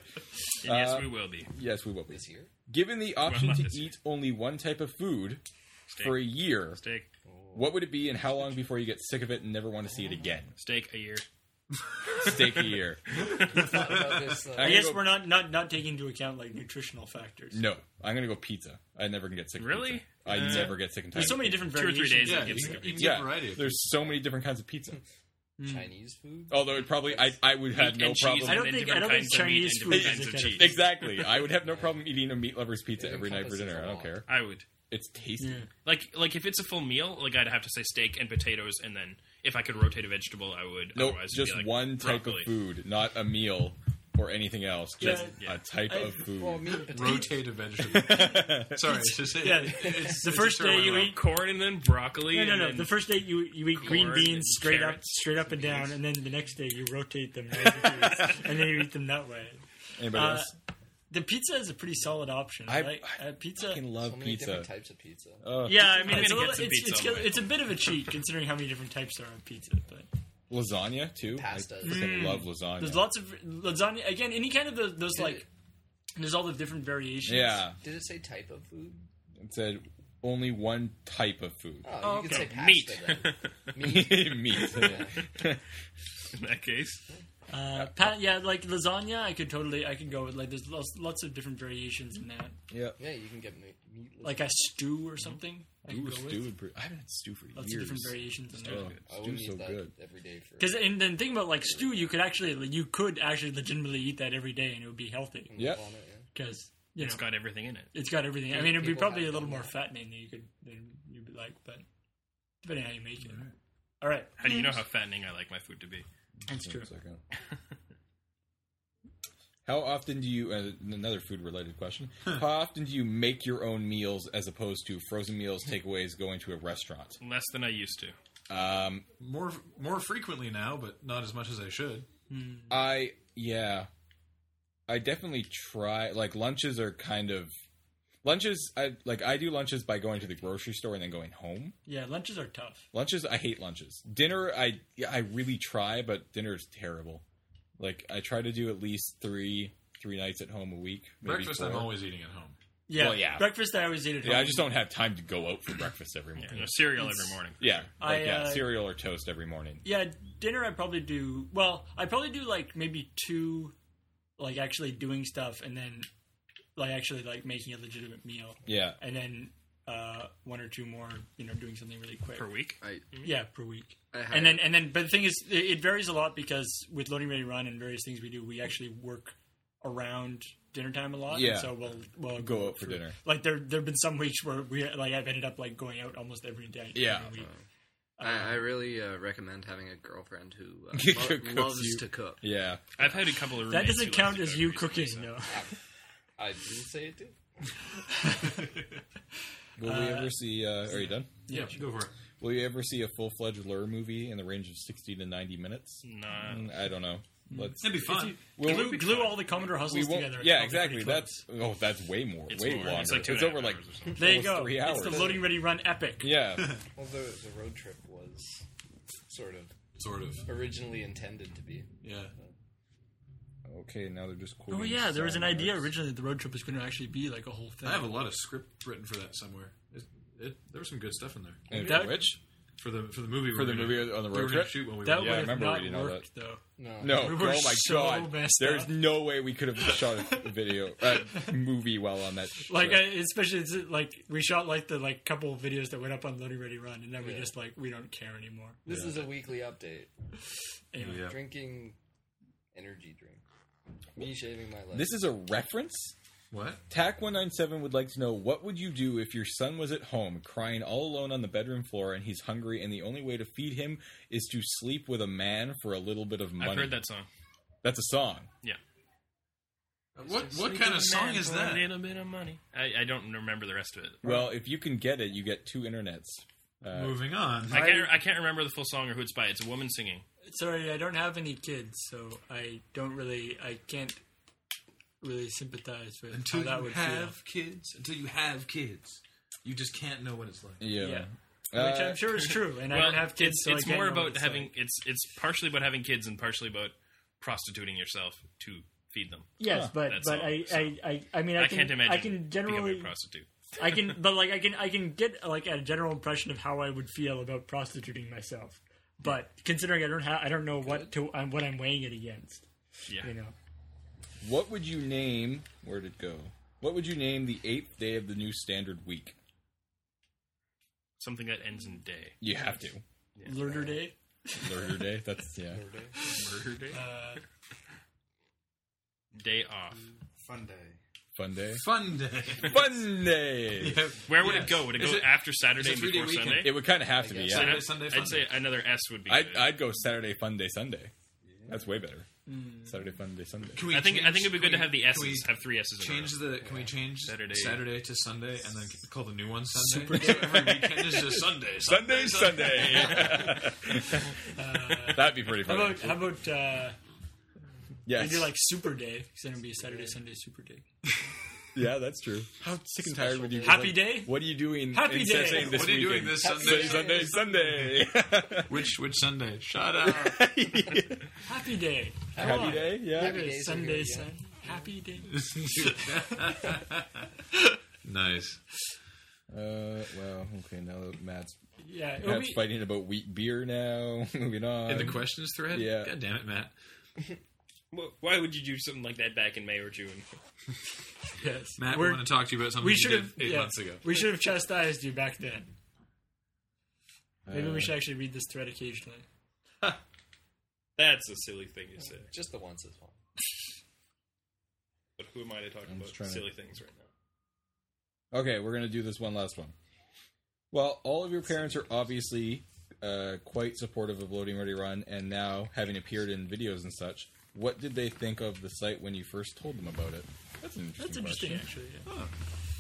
Speaker 3: yes,
Speaker 6: Uh,
Speaker 3: we will be.
Speaker 6: yes, we will be.
Speaker 7: this year.
Speaker 6: Given the option
Speaker 3: not
Speaker 6: to
Speaker 3: this year.
Speaker 6: eat only one type of food for a year,
Speaker 3: Steak,
Speaker 6: what would it be and how long before you get sick of it and never want to see it again?
Speaker 3: steak a year.
Speaker 6: Steak a
Speaker 5: [LAUGHS]
Speaker 6: year.
Speaker 4: Thought about this, uh,
Speaker 6: I'm
Speaker 5: I guess
Speaker 6: gonna go-
Speaker 5: we're not, not not taking into account like nutritional factors.
Speaker 6: No, I'm going to go pizza. I never can get sick of
Speaker 3: Really?
Speaker 6: pizza. I
Speaker 3: Uh,
Speaker 6: never get sick and tired.
Speaker 5: There's so
Speaker 6: of
Speaker 5: many
Speaker 6: pizza.
Speaker 5: different
Speaker 3: Two or
Speaker 5: variations.
Speaker 3: three days.
Speaker 1: Yeah,
Speaker 3: I'd
Speaker 1: you
Speaker 3: get
Speaker 1: can,
Speaker 3: sick
Speaker 1: you
Speaker 3: of
Speaker 1: can
Speaker 3: pizza.
Speaker 1: get
Speaker 6: Yeah,
Speaker 1: variety. Of
Speaker 6: There's so many different kinds of pizza. Mm.
Speaker 7: Chinese food.
Speaker 6: Although it probably, I, I would have
Speaker 3: Meat
Speaker 6: no
Speaker 3: and cheese
Speaker 6: problem.
Speaker 3: and
Speaker 5: I don't
Speaker 3: then
Speaker 5: think-
Speaker 3: different
Speaker 5: I don't think
Speaker 3: kinds of meat
Speaker 5: Chinese
Speaker 3: and
Speaker 5: food
Speaker 3: different
Speaker 5: is
Speaker 3: kinds
Speaker 5: a
Speaker 3: of
Speaker 5: kind of-
Speaker 3: cheese.
Speaker 6: Exactly. I would have no problem eating a meat lover's pizza
Speaker 7: It
Speaker 6: every night for
Speaker 7: encompasses
Speaker 6: dinner.
Speaker 7: a
Speaker 6: I don't
Speaker 7: lot.
Speaker 6: care.
Speaker 3: I would
Speaker 6: It's tasty.
Speaker 3: like like if it's a full meal, like I'd have to say steak and potatoes, and then if I could rotate a vegetable, I would.
Speaker 6: No,
Speaker 3: Otherwise, it'd be
Speaker 6: just
Speaker 3: like
Speaker 6: one type
Speaker 3: broccoli.
Speaker 6: of food, not a meal or anything else. Just
Speaker 5: Yeah.
Speaker 6: a type
Speaker 5: I-
Speaker 6: of food.
Speaker 7: Well, meat and potatoes.
Speaker 1: rotate a vegetable. Sorry, it's just
Speaker 5: Yeah,
Speaker 1: it- it's-
Speaker 5: the
Speaker 1: it's
Speaker 5: first
Speaker 1: a term
Speaker 5: day
Speaker 1: I
Speaker 5: you
Speaker 1: know.
Speaker 5: eat-
Speaker 3: corn and then broccoli.
Speaker 5: No, no,
Speaker 3: and
Speaker 5: no.
Speaker 3: then-
Speaker 5: The first day you you eat green
Speaker 3: corn and
Speaker 5: beans straight up,
Speaker 3: carrots
Speaker 5: straight up and down, and then the next day you rotate them, as
Speaker 3: [LAUGHS]
Speaker 5: it is, and then you eat them that way.
Speaker 6: Anybody
Speaker 5: Uh,
Speaker 6: else?
Speaker 5: The pizza is a pretty solid option.
Speaker 6: I-
Speaker 5: right? Uh, pizza.
Speaker 6: I love
Speaker 7: So many
Speaker 6: pizza. Oh.
Speaker 7: different types of pizza.
Speaker 6: Ugh.
Speaker 5: yeah, I mean,
Speaker 3: I'm
Speaker 5: it's a,
Speaker 3: gonna
Speaker 5: little,
Speaker 3: get some
Speaker 5: it's,
Speaker 3: pizza
Speaker 5: it's,
Speaker 3: on the way.
Speaker 5: it's a bit of a cheat considering how many different types there are of pizza. But
Speaker 6: Lasagna too.
Speaker 7: Pasta.
Speaker 6: I freaking love lasagna.
Speaker 5: there's lots of lasagna. Again, any kind of those, those
Speaker 7: Did
Speaker 5: like
Speaker 7: it-
Speaker 5: there's all the different variations.
Speaker 6: yeah,
Speaker 7: Did it say type of food?
Speaker 6: it said only one type of food.
Speaker 7: Oh,
Speaker 5: Oh,
Speaker 7: you could
Speaker 5: okay.
Speaker 7: say pasta
Speaker 3: meat.
Speaker 7: then.
Speaker 6: [LAUGHS]
Speaker 7: Meat.
Speaker 6: meat.
Speaker 3: [LAUGHS] in that case,
Speaker 5: Uh, pat, yeah, like lasagna, I could totally, I could go with like there's lots, lots of different variations in that,
Speaker 6: yeah.
Speaker 7: Yeah, you can get meat. meat
Speaker 5: like a stew or something. I could
Speaker 6: Ooh,
Speaker 5: go with.
Speaker 6: stew. and br- I haven't had stew for
Speaker 5: Lots
Speaker 6: years.
Speaker 5: of different variations in
Speaker 6: Oh,
Speaker 5: there.
Speaker 7: I would
Speaker 6: stew's
Speaker 7: eat
Speaker 6: so
Speaker 7: that
Speaker 6: good.
Speaker 7: every day for.
Speaker 5: Because and then think about like stew, you could actually like, you could actually legitimately eat that every day and it would be healthy
Speaker 6: Yep.
Speaker 7: on it, yeah.
Speaker 5: because you know
Speaker 3: it's got everything in it.
Speaker 5: it's got everything. I mean, it'd be
Speaker 7: People
Speaker 5: probably a
Speaker 7: have
Speaker 5: little
Speaker 7: done
Speaker 5: more
Speaker 7: that.
Speaker 5: fattening than you could than you'd be like, but depending on how you make it. All right,
Speaker 3: How do you know how fattening I like my food to be?
Speaker 5: that's true.
Speaker 6: One second. How often do you? Uh, another food-related question. How often do you make your own meals as opposed to frozen meals, takeaways, going to a restaurant?
Speaker 3: Less than I used to.
Speaker 6: Um,
Speaker 1: more more frequently now, but not as much as I should.
Speaker 6: I yeah, I definitely try. Like lunches are kind of lunches. I like I do lunches by going to the grocery store and then going home.
Speaker 5: Yeah, lunches are tough.
Speaker 6: Lunches, I hate lunches. Dinner, I yeah, I really try, but dinner is terrible. Like I try to do at least three three nights at home a week. maybe
Speaker 1: Breakfast, I'm
Speaker 6: four.
Speaker 1: always eating at home.
Speaker 5: Yeah,
Speaker 6: Well, yeah.
Speaker 5: breakfast I always eat at
Speaker 6: Yeah, I
Speaker 5: home.
Speaker 6: just don't have time to go out for breakfast every
Speaker 3: Yeah,
Speaker 6: morning.
Speaker 3: no cereal
Speaker 5: It's-
Speaker 3: every morning.
Speaker 6: Yeah, like,
Speaker 5: I,
Speaker 6: yeah,
Speaker 5: uh,
Speaker 6: cereal or toast every morning.
Speaker 5: Yeah, dinner I probably do. Well, I probably do like maybe two, like actually doing stuff, and then like actually like making a legitimate meal,
Speaker 6: Yeah,
Speaker 5: and then uh, one or two more, you know, doing something really quick.
Speaker 3: Per week,
Speaker 4: I,
Speaker 5: Yeah, per week.
Speaker 4: I had
Speaker 5: And then and then, but the thing is, it, it varies a lot because with loading ready run and various things we do, we actually work around dinner time a lot.
Speaker 6: Yeah.
Speaker 5: So we'll we'll
Speaker 6: Go out for dinner.
Speaker 5: Like there there've been some weeks where we like I've ended up like going out almost every day.
Speaker 6: Yeah.
Speaker 5: every week.
Speaker 4: I, I really uh, recommend having a girlfriend who
Speaker 6: [LAUGHS] Who
Speaker 4: uh, lo-
Speaker 6: cooks
Speaker 4: loves
Speaker 6: you.
Speaker 4: to cook.
Speaker 6: yeah.
Speaker 3: I've had a couple of
Speaker 5: That
Speaker 3: roommates
Speaker 5: doesn't
Speaker 3: who
Speaker 5: count
Speaker 3: left
Speaker 5: as
Speaker 3: it
Speaker 5: you
Speaker 3: recently,
Speaker 5: cooking,
Speaker 3: so-
Speaker 5: no.
Speaker 7: I didn't say it did.
Speaker 6: Will we ever see? Uh, are you done?
Speaker 1: Yeah, go for it.
Speaker 6: Will you ever see a full fledged lure movie in the range of sixty to ninety minutes?
Speaker 3: Nah,
Speaker 6: Mm, I don't know. Let's.
Speaker 1: It'd be fun.
Speaker 6: Well,
Speaker 5: glue,
Speaker 6: we-
Speaker 5: glue all the Commodore
Speaker 6: we
Speaker 5: Hustles
Speaker 6: won't-
Speaker 5: together.
Speaker 6: yeah,
Speaker 5: It's
Speaker 6: exactly.
Speaker 5: probably
Speaker 6: That's oh, that's way more.
Speaker 3: it's
Speaker 6: way
Speaker 3: more.
Speaker 6: longer.
Speaker 3: It's like two and a half
Speaker 6: over like
Speaker 3: hours or something.
Speaker 5: there you
Speaker 6: almost
Speaker 5: go.
Speaker 6: three
Speaker 5: It's the
Speaker 6: hours.
Speaker 5: loading ready run epic. [LAUGHS]
Speaker 6: yeah.
Speaker 7: Well, the the road trip was sort of
Speaker 1: Sort of.
Speaker 7: originally intended to be.
Speaker 1: Yeah.
Speaker 6: Okay, now they're just.
Speaker 5: Oh
Speaker 6: quoting
Speaker 5: yeah, there was an
Speaker 6: Simon
Speaker 5: idea
Speaker 6: Rex.
Speaker 5: originally that the road trip was going to actually be like a whole thing.
Speaker 1: I have a lot of script written for that somewhere. It, it, there was some good stuff in there.
Speaker 6: And
Speaker 5: That-
Speaker 6: which
Speaker 1: for the for the movie. we
Speaker 6: for the
Speaker 1: were gonna-
Speaker 6: movie on the
Speaker 1: we were
Speaker 6: road
Speaker 1: gonna
Speaker 6: trip.
Speaker 1: shoot while we
Speaker 5: That
Speaker 1: were
Speaker 6: Yeah, I
Speaker 5: would have
Speaker 6: remember
Speaker 5: not
Speaker 6: reading all
Speaker 5: worked, though.
Speaker 6: No,
Speaker 5: We were
Speaker 6: oh my
Speaker 5: so
Speaker 6: god,
Speaker 5: messed
Speaker 6: there's
Speaker 5: up.
Speaker 6: no way we could have shot a video, a movie while on that.
Speaker 5: Like,
Speaker 6: trip.
Speaker 5: I, especially it's like we shot like the like couple of videos that went up on Loading Ready Run, and then we
Speaker 8: Yeah.
Speaker 5: just like we don't care anymore.
Speaker 8: This is a weekly update.
Speaker 5: Anyway,
Speaker 1: Yeah.
Speaker 8: Drinking energy drink. Me shaving my legs.
Speaker 6: this is a reference.
Speaker 1: What?
Speaker 6: Tac one nine seven would like to know what would you do if your son was at home crying all alone on the bedroom floor and he's hungry and the only way to feed him is to sleep with a man for a little bit of money.
Speaker 3: I've heard that song.
Speaker 6: That's a song.
Speaker 1: What what kind of song is
Speaker 3: A
Speaker 1: that?
Speaker 3: little bit of money. I, I don't remember the rest of it.
Speaker 6: Well, if you can get it, you get two internets. Uh,
Speaker 1: Moving on.
Speaker 3: I can't. I can't remember the full song or who it's by. It's a woman singing.
Speaker 5: sorry, I don't have any kids, so I don't really, I can't really sympathize with
Speaker 1: until
Speaker 3: Oh,
Speaker 5: how that
Speaker 1: you
Speaker 5: would
Speaker 1: have kids, until you have kids, you just can't know what it's like.
Speaker 6: yeah.
Speaker 5: feel. Which
Speaker 6: Uh,
Speaker 5: I'm
Speaker 6: [LAUGHS]
Speaker 5: sure is true, and I
Speaker 3: well,
Speaker 5: don't have kids.
Speaker 3: It's,
Speaker 5: so I
Speaker 3: it's
Speaker 5: can't
Speaker 3: more
Speaker 5: know what
Speaker 3: about
Speaker 5: it's
Speaker 3: having.
Speaker 5: like.
Speaker 3: It's it's partially about having kids and partially about prostituting yourself to feed them.
Speaker 5: Yes, but
Speaker 3: that's
Speaker 5: but
Speaker 3: all,
Speaker 5: I,
Speaker 3: so.
Speaker 5: I, I I mean I,
Speaker 3: I
Speaker 5: can
Speaker 3: can't imagine.
Speaker 5: I can
Speaker 3: becoming
Speaker 5: generally
Speaker 3: a prostitute.
Speaker 5: I can, but like I can, I can get like a general impression of how I would feel about prostituting myself. But considering I don't have, I don't know what to, um, what I'm weighing it against.
Speaker 3: Yeah.
Speaker 5: You know,
Speaker 6: What would you name? Where'd it go? What would you name the eighth day of the new standard week?
Speaker 3: Something that ends in day.
Speaker 6: You have to.
Speaker 5: Lurder Day.
Speaker 6: Murder day. That's yeah.
Speaker 5: Uh,
Speaker 3: [LAUGHS] Day off.
Speaker 7: Fun day.
Speaker 6: Fun day.
Speaker 1: Fun day.
Speaker 6: [LAUGHS] Fun day.
Speaker 3: Where would it go? Would it
Speaker 1: Is
Speaker 3: go
Speaker 1: it-
Speaker 3: after Saturday
Speaker 1: is it three-day
Speaker 3: before
Speaker 1: weekend?
Speaker 3: Sunday?
Speaker 6: It would kind of have to be.
Speaker 7: guess.
Speaker 6: Yeah.
Speaker 1: Saturday, Sunday,
Speaker 3: I'd say
Speaker 1: Sunday.
Speaker 3: another S would be.
Speaker 6: I'd,
Speaker 3: good.
Speaker 6: I'd go Saturday Fun Day Sunday. That's way better. Saturday Fun Day Sunday.
Speaker 1: Can we
Speaker 3: I think I
Speaker 1: change-
Speaker 3: think it'd be good to
Speaker 1: can
Speaker 3: have
Speaker 1: we-
Speaker 3: the
Speaker 1: can
Speaker 3: S's.
Speaker 1: we
Speaker 3: have three S's. in a
Speaker 1: Change
Speaker 3: row.
Speaker 1: the. Can we change
Speaker 3: Saturday.
Speaker 1: Saturday to Sunday and then call the new one Sunday? Every weekend is just Sunday.
Speaker 6: Sunday Sunday. That'd be pretty
Speaker 5: How
Speaker 6: funny.
Speaker 5: about how about uh,
Speaker 6: yes.
Speaker 5: maybe like Super Day? Because then it'd be Saturday, Sunday, Super Day.
Speaker 6: yeah, that's true. How sick and tired would you? be?
Speaker 5: Happy
Speaker 6: Like,
Speaker 5: day?
Speaker 6: What are you doing?
Speaker 5: Happy
Speaker 6: in
Speaker 5: day.
Speaker 6: Saturday This
Speaker 1: What are you doing
Speaker 6: weekend?
Speaker 1: this
Speaker 6: Sunday
Speaker 1: Sunday?
Speaker 6: Sunday Sunday?
Speaker 1: Which which Sunday? Shut up.
Speaker 5: Happy Day.
Speaker 6: [LAUGHS] Happy day. Yeah.
Speaker 8: Happy days are
Speaker 5: Sunday,
Speaker 8: good, yeah.
Speaker 5: sun. Happy Day. [LAUGHS]
Speaker 1: nice.
Speaker 6: Uh, well, okay. Now that Matt's
Speaker 5: Yeah, it'll
Speaker 6: Matt's
Speaker 5: be,
Speaker 6: fighting about wheat beer now. [LAUGHS] Moving on.
Speaker 1: In the questions thread.
Speaker 6: yeah.
Speaker 1: God damn it, Matt.
Speaker 3: Wh- Why would you do something like that back in May or June?
Speaker 5: yes.
Speaker 1: Matt, we
Speaker 5: We're-
Speaker 1: want to talk to you about something
Speaker 5: we
Speaker 1: you
Speaker 5: should
Speaker 1: did
Speaker 5: have
Speaker 1: eight
Speaker 5: yeah,
Speaker 1: months ago.
Speaker 5: We should have chastised you back then. Maybe
Speaker 6: Uh,
Speaker 5: we should actually read this thread occasionally.
Speaker 3: That's a silly thing to say.
Speaker 8: Just the once is fine.
Speaker 3: But who am I to talk
Speaker 6: I'm
Speaker 3: about
Speaker 6: just trying to-
Speaker 3: silly things right now?
Speaker 6: Okay, we're gonna do this one last one. Well, all of your parents are obviously uh, quite supportive of Loading Ready Run, and now having appeared in videos and such, what did they think of the site when you first told them about it? That's an interesting.
Speaker 5: That's interesting,
Speaker 6: question.
Speaker 5: actually.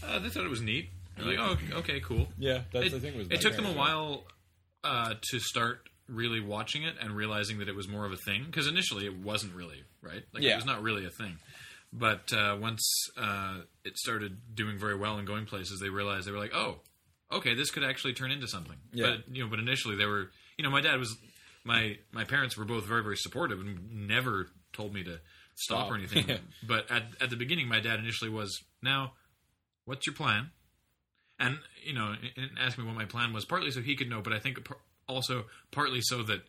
Speaker 5: yeah.
Speaker 1: Uh, they thought it was neat. They're like, oh, okay, okay, cool.
Speaker 6: Yeah, that's
Speaker 1: it,
Speaker 6: the thing. Was my
Speaker 1: it took them a
Speaker 6: parents.
Speaker 1: while uh, to start really watching it and realizing that it was more of a thing because initially it wasn't really right like it
Speaker 6: Yeah.
Speaker 1: was not really a thing but uh, once uh, it started doing very well and going places they realized they were like oh okay this could actually turn into something
Speaker 6: Yeah.
Speaker 1: but you know but initially they were you know my dad was my my parents were both very very supportive and never told me to stop
Speaker 6: Stop.
Speaker 1: or anything
Speaker 6: [LAUGHS] Yeah.
Speaker 1: but at, at the beginning my dad initially was now what's your plan and you know, and asked me what my plan was, partly so he could know, but I think par- also partly so that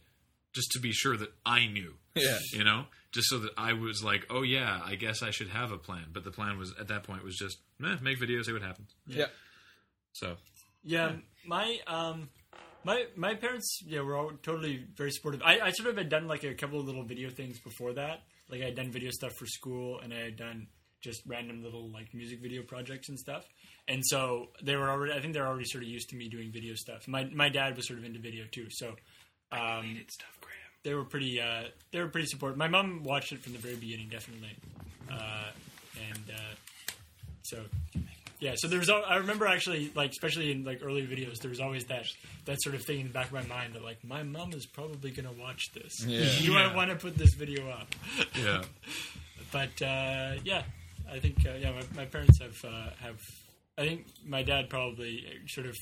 Speaker 1: just to be sure that I knew,
Speaker 6: [LAUGHS] Yeah,
Speaker 1: you know, just so that I was like, oh yeah, I guess I should have a plan. But the plan was at that point was just eh, make videos, see what happens.
Speaker 6: yeah.
Speaker 1: So
Speaker 5: Yeah, my um, my my parents, yeah, were all totally very supportive. I, I sort of had done like a couple of little video things before that. Like I had done video stuff for school, and I had done just random little like music video projects and stuff. And so they were already, I think they're already sort of used to me doing video stuff. My my dad was sort of into video too, so um, they were pretty uh, they were pretty supportive. My mom watched it from the very beginning, definitely, uh, and uh, so yeah. So there was al- I remember actually like especially in like early videos, there was always that that sort of thing in the back of my mind that like my mom is probably gonna watch this.
Speaker 6: Yeah.
Speaker 5: [LAUGHS] Do I want to put this video up?
Speaker 1: [LAUGHS] yeah,
Speaker 5: But uh, yeah, I think uh, yeah my, my parents have uh, have I think my dad probably sort of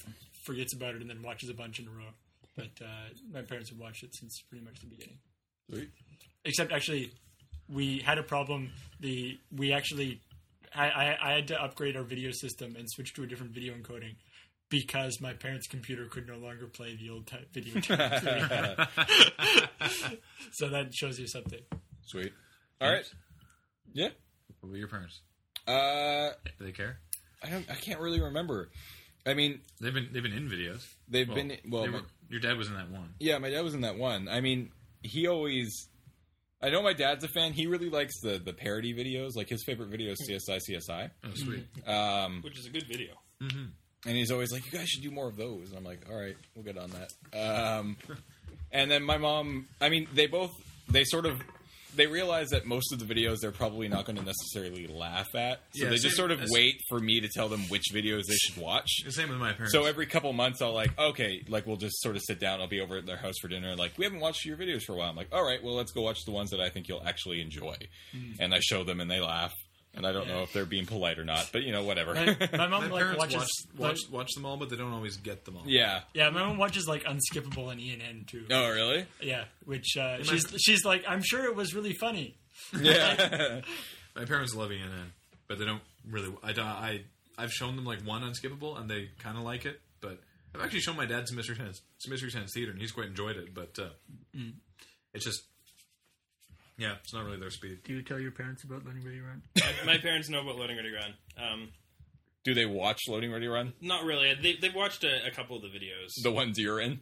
Speaker 5: forgets about it and then watches a bunch in a row. But uh, my parents have watched it since pretty much the beginning
Speaker 6: Sweet.
Speaker 5: except actually we had a problem the we actually I, I, I had to upgrade our video system and switch to a different video encoding because my parents' computer could no longer play the old type video games. [LAUGHS] so that shows you something.
Speaker 6: Sweet. All right. Yeah.
Speaker 9: What were your parents?
Speaker 6: Uh,
Speaker 9: Do they care?
Speaker 6: I don't. I can't really remember. I mean,
Speaker 9: They've been they've been in videos.
Speaker 6: they've
Speaker 9: Well,
Speaker 6: been well.
Speaker 9: they
Speaker 6: my-
Speaker 9: were- your dad was in that one.
Speaker 6: yeah, my dad was in that one. I mean, he always. I know my dad's a fan. He really likes the the parody videos. Like his favorite video is CSI CSI.
Speaker 9: Oh, sweet.
Speaker 6: Um,
Speaker 3: which is a good video.
Speaker 6: and he's always like, "You guys should do more of those." And I'm like, "All right, we'll get on that." Um, and then my mom, I mean, they both they sort of they realize that most of the videos they're probably not going to necessarily laugh at, so
Speaker 9: Yeah,
Speaker 6: they just
Speaker 9: same-
Speaker 6: sort of
Speaker 9: that's-
Speaker 6: wait for me to tell them which videos they should watch.
Speaker 9: The same with my parents.
Speaker 6: So every couple months, I'll like, okay, like we'll just sort of sit down. I'll be over at their house for dinner. Like, we haven't watched your videos for a while. I'm like, all right, well, let's go watch the ones that I think you'll actually enjoy. And I show them, and they laugh. And I don't know if they're being polite or not, but you know, whatever.
Speaker 5: My mom
Speaker 9: my
Speaker 5: like
Speaker 9: parents
Speaker 5: watches
Speaker 9: watch
Speaker 5: like-
Speaker 9: watch watch them all, but they don't always get them all.
Speaker 6: [LAUGHS] yeah.
Speaker 5: yeah, my mom watches like Unskippable and E and N too.
Speaker 6: Oh, really?
Speaker 5: Yeah, which uh, she's she's like, I'm sure it was really funny.
Speaker 6: Yeah.
Speaker 9: My parents love E and N, but they don't really. I, don't- I I've shown them like one unskippable, and they kind of like it. But I've actually shown my dad some Mystery Science, some Mystery Science Theater, and he's quite enjoyed it. But uh,
Speaker 5: Mm.
Speaker 9: it's just, yeah, it's not really their speed.
Speaker 5: Do you tell your parents about learning video run?
Speaker 3: My, my parents know about Loading Ready Run. Um,
Speaker 6: Do they watch Loading Ready Run?
Speaker 3: not really. They, they've watched a, a couple of the videos.
Speaker 6: The ones you're in?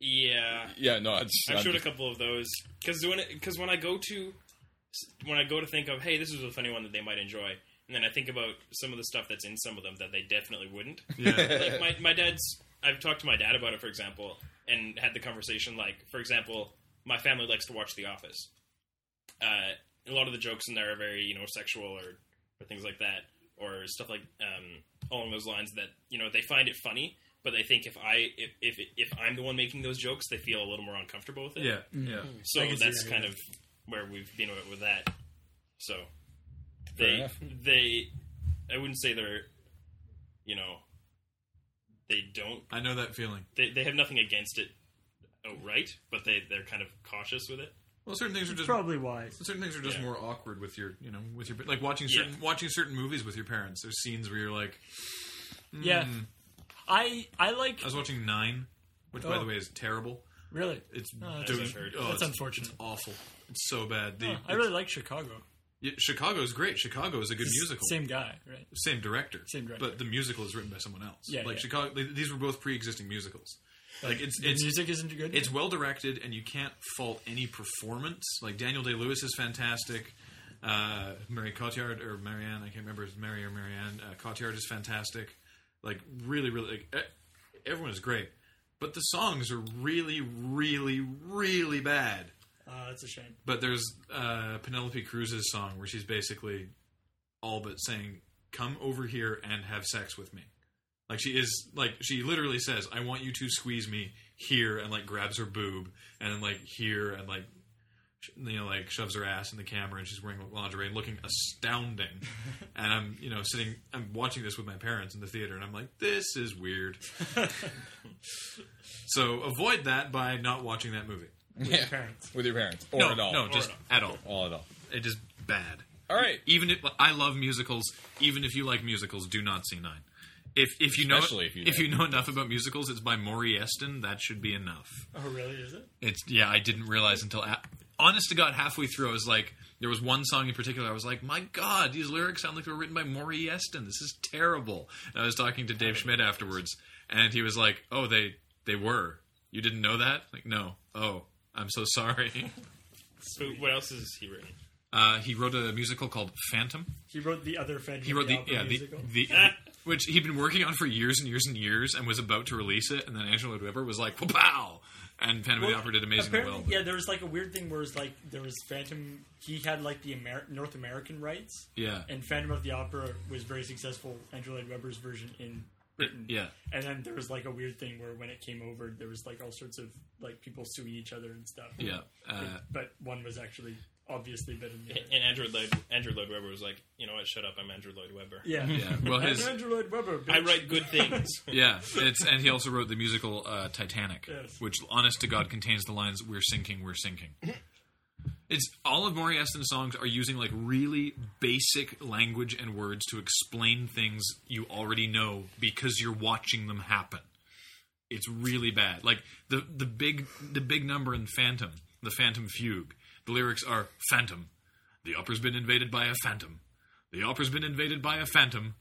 Speaker 3: yeah,
Speaker 6: Yeah, no, it's.
Speaker 3: I've
Speaker 6: I'm
Speaker 3: showed a
Speaker 6: just-
Speaker 3: couple of those because when because when I go to when I go to think of hey this is a funny one that they might enjoy and then I think about some of the stuff that's in some of them that they definitely wouldn't.
Speaker 9: Yeah,
Speaker 3: like my my dad's I've talked to my dad about it for example and had the conversation like for example my family likes to watch The Office. Uh, a lot of the jokes in there are very you know sexual or or things like that or stuff like um, along those lines that you know they find it funny. But they think if I if, if if I'm the one making those jokes, they feel a little more uncomfortable with it.
Speaker 9: yeah,
Speaker 5: Mm.
Speaker 9: yeah.
Speaker 3: So
Speaker 5: I can see
Speaker 3: that's
Speaker 5: that,
Speaker 3: kind
Speaker 5: yeah.
Speaker 3: of where we've been with- with that. So
Speaker 6: Fair
Speaker 3: they
Speaker 6: enough.
Speaker 3: they I wouldn't say they're you know they don't
Speaker 9: I know that feeling.
Speaker 3: they they have nothing against it outright, but they they're kind of cautious with it.
Speaker 9: Well, certain things are just
Speaker 5: Probably wise.
Speaker 9: certain things are just
Speaker 3: Yeah.
Speaker 9: more awkward with your you know with your like watching
Speaker 3: Yeah.
Speaker 9: certain watching certain movies with your parents. There's scenes where you're like,
Speaker 5: Yeah, I I like
Speaker 9: I was watching Nine, which by
Speaker 5: Oh.
Speaker 9: the way is terrible.
Speaker 5: really.
Speaker 9: It's
Speaker 5: Oh, that's
Speaker 9: dude,
Speaker 3: unfortunate.
Speaker 9: oh,
Speaker 5: That's
Speaker 9: it's-
Speaker 5: unfortunate.
Speaker 9: It's awful. It's so bad. The,
Speaker 5: Oh, I really like Chicago.
Speaker 9: Yeah, Chicago is great. Chicago is a good musical.
Speaker 5: Same guy, right?
Speaker 9: Same director.
Speaker 5: Same director.
Speaker 9: But the musical is written by someone else.
Speaker 5: Yeah,
Speaker 9: like
Speaker 5: yeah.
Speaker 9: Chicago. th- These were both pre-existing musicals. Like it's
Speaker 5: The
Speaker 9: it's
Speaker 5: music isn't good.
Speaker 9: it's well directed, and you can't fault any performance. Like Daniel Day Lewis is fantastic. Uh, Mary Cotillard or Marianne, I can't remember if it's Mary or Marianne. Uh, Cotillard is fantastic. Like really, really, like, e- everyone is great. But the songs are really, really, really bad.
Speaker 5: Oh, that's a shame.
Speaker 9: But there's uh, Penelope Cruz's song where she's basically all but saying, "Come over here and have sex with me." Like she is like she literally says, "I want you to squeeze me here," and like grabs her boob and then like here and like sh- you know like shoves her ass in the camera and she's wearing lingerie and looking astounding.
Speaker 6: [LAUGHS]
Speaker 9: and I'm you know sitting I'm watching this with my parents in the theater and I'm like, "This
Speaker 6: [LAUGHS]
Speaker 9: is weird." so avoid that by not watching that movie.
Speaker 6: Yeah.
Speaker 5: Parents.
Speaker 6: With your parents. Or
Speaker 9: no,
Speaker 6: at all.
Speaker 9: no, just at all.
Speaker 6: All at all.
Speaker 9: It is bad.
Speaker 6: All right.
Speaker 9: Even if I love musicals, even if you like musicals, do not see Nine. If if you know
Speaker 6: Especially if you like
Speaker 9: know enough about musicals, it's by Maury Eston. That should be enough.
Speaker 5: Oh, really? Is it?
Speaker 9: It's yeah, I didn't realize until a- honest to god halfway through. I was like, there was one song in particular. I was like, my god, these lyrics sound like they were written by Maury Eston. This is terrible. And I was talking to Dave Schmidt afterwards, and he was like, oh, they they were. You didn't know that? Like, no. Oh, I'm so sorry. [LAUGHS]
Speaker 3: So what else is he written?
Speaker 9: Uh, he wrote a musical called Phantom.
Speaker 5: He wrote the other Fred.
Speaker 9: He wrote the yeah the,
Speaker 5: musical.
Speaker 9: the [LAUGHS] which he'd been working on for years and years and years, and was about to release it, and then Angela Weber was like, "Wow!" And Phantom of the Opera did amazingly
Speaker 5: Apparently,
Speaker 9: well.
Speaker 5: yeah. There was like a weird thing where it's like there was Phantom. He had like the Amer- North American rights,
Speaker 9: Yeah,
Speaker 5: and Phantom of the Opera was very successful. Andrew Lloyd Webber's version in Britain.
Speaker 9: yeah.
Speaker 5: And then there was like a weird thing where when it came over, there was like all sorts of like people suing each other and stuff.
Speaker 9: Yeah, uh,
Speaker 5: but one was actually obviously better than the other.
Speaker 3: And Andrew Lloyd Andrew Lloyd Webber was like, you know what? Shut up! I'm Andrew Lloyd Webber.
Speaker 5: Yeah. [LAUGHS]
Speaker 9: yeah. Well,
Speaker 5: I'm
Speaker 9: his
Speaker 5: Andrew Lloyd Webber.
Speaker 3: I
Speaker 5: bitch.
Speaker 3: write good things.
Speaker 9: yeah, it's and he also wrote the musical uh, Titanic,
Speaker 5: Yes.
Speaker 9: which, honest to God, contains the lines "We're sinking, we're sinking." It It's all of Morieston's songs are using like really basic language and words to explain things you already know because you're watching them happen. It's really bad. Like the the big the big number in Phantom, the Phantom Fugue. The lyrics are Phantom. The opera's been invaded by a phantom. The opera's been invaded by a phantom.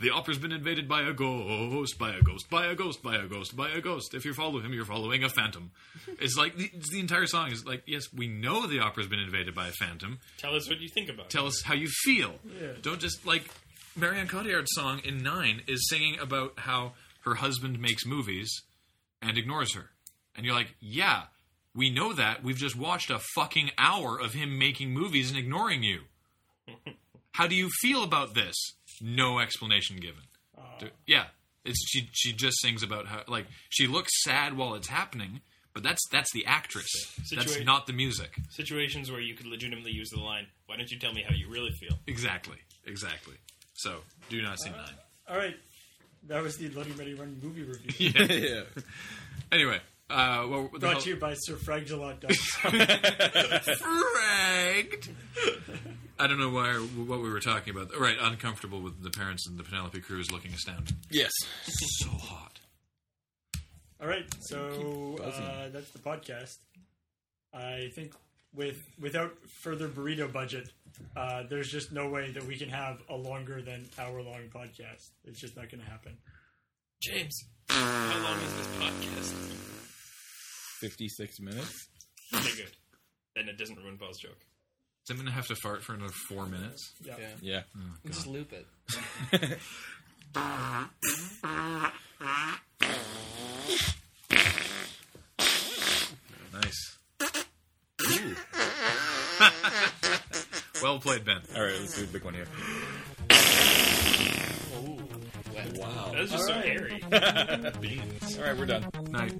Speaker 9: The opera's been invaded by a ghost, by a ghost, by a ghost, by a ghost, by a ghost. If you follow him, you're following a phantom. It's like the, it's the entire song is like, yes, we know the opera's been invaded by a phantom.
Speaker 3: Tell us what you think about.
Speaker 9: Tell us how you feel. Don't just like Marianne Cotillard's song in Nine is singing about how her husband makes movies and ignores her, and you're like, yeah, we know that. We've just watched a fucking hour of him making movies and ignoring you. How do you feel about this? No explanation given. Do- yeah, it's she. She just sings about how like she looks sad while it's happening, but that's that's the actress. That's
Speaker 3: Situa-
Speaker 9: not the music.
Speaker 3: it. Situations where you could legitimately use the line, "Why don't you tell me how you really feel?"
Speaker 9: Exactly. Exactly. So do not
Speaker 5: [LAUGHS]
Speaker 9: see nine.
Speaker 5: All right. That was the Bloody Mary Run movie
Speaker 3: [LAUGHS]
Speaker 5: review.
Speaker 6: yeah.
Speaker 9: [LAUGHS] Anyway, uh, well, the
Speaker 5: Brought
Speaker 9: hell- [LAUGHS]
Speaker 5: to you by Sir Fragilot.
Speaker 3: [LAUGHS]
Speaker 5: Dice.
Speaker 9: Fragged. I don't know why what we were talking about. Right, uncomfortable with the parents and the Penelope Cruz looking astounded.
Speaker 6: Yes.
Speaker 9: So hot.
Speaker 5: All right, so
Speaker 6: buzzing.
Speaker 5: uh, that's the podcast. I think with without further burrito budget, uh, there's just no way that we can have a longer than hour long podcast. It's just not going to happen.
Speaker 3: James, how long is this podcast?
Speaker 6: Fifty-six minutes.
Speaker 3: Okay, good. Then it doesn't ruin Paul's joke.
Speaker 9: So I'm gonna have to fart for another four minutes.
Speaker 5: Yeah.
Speaker 6: Yeah.
Speaker 4: Just loop it.
Speaker 9: Nice. [LAUGHS] well played, Ben.
Speaker 6: All right, let's do the big one here.
Speaker 3: That was just so hairy.
Speaker 6: All right, we're done.
Speaker 9: Night.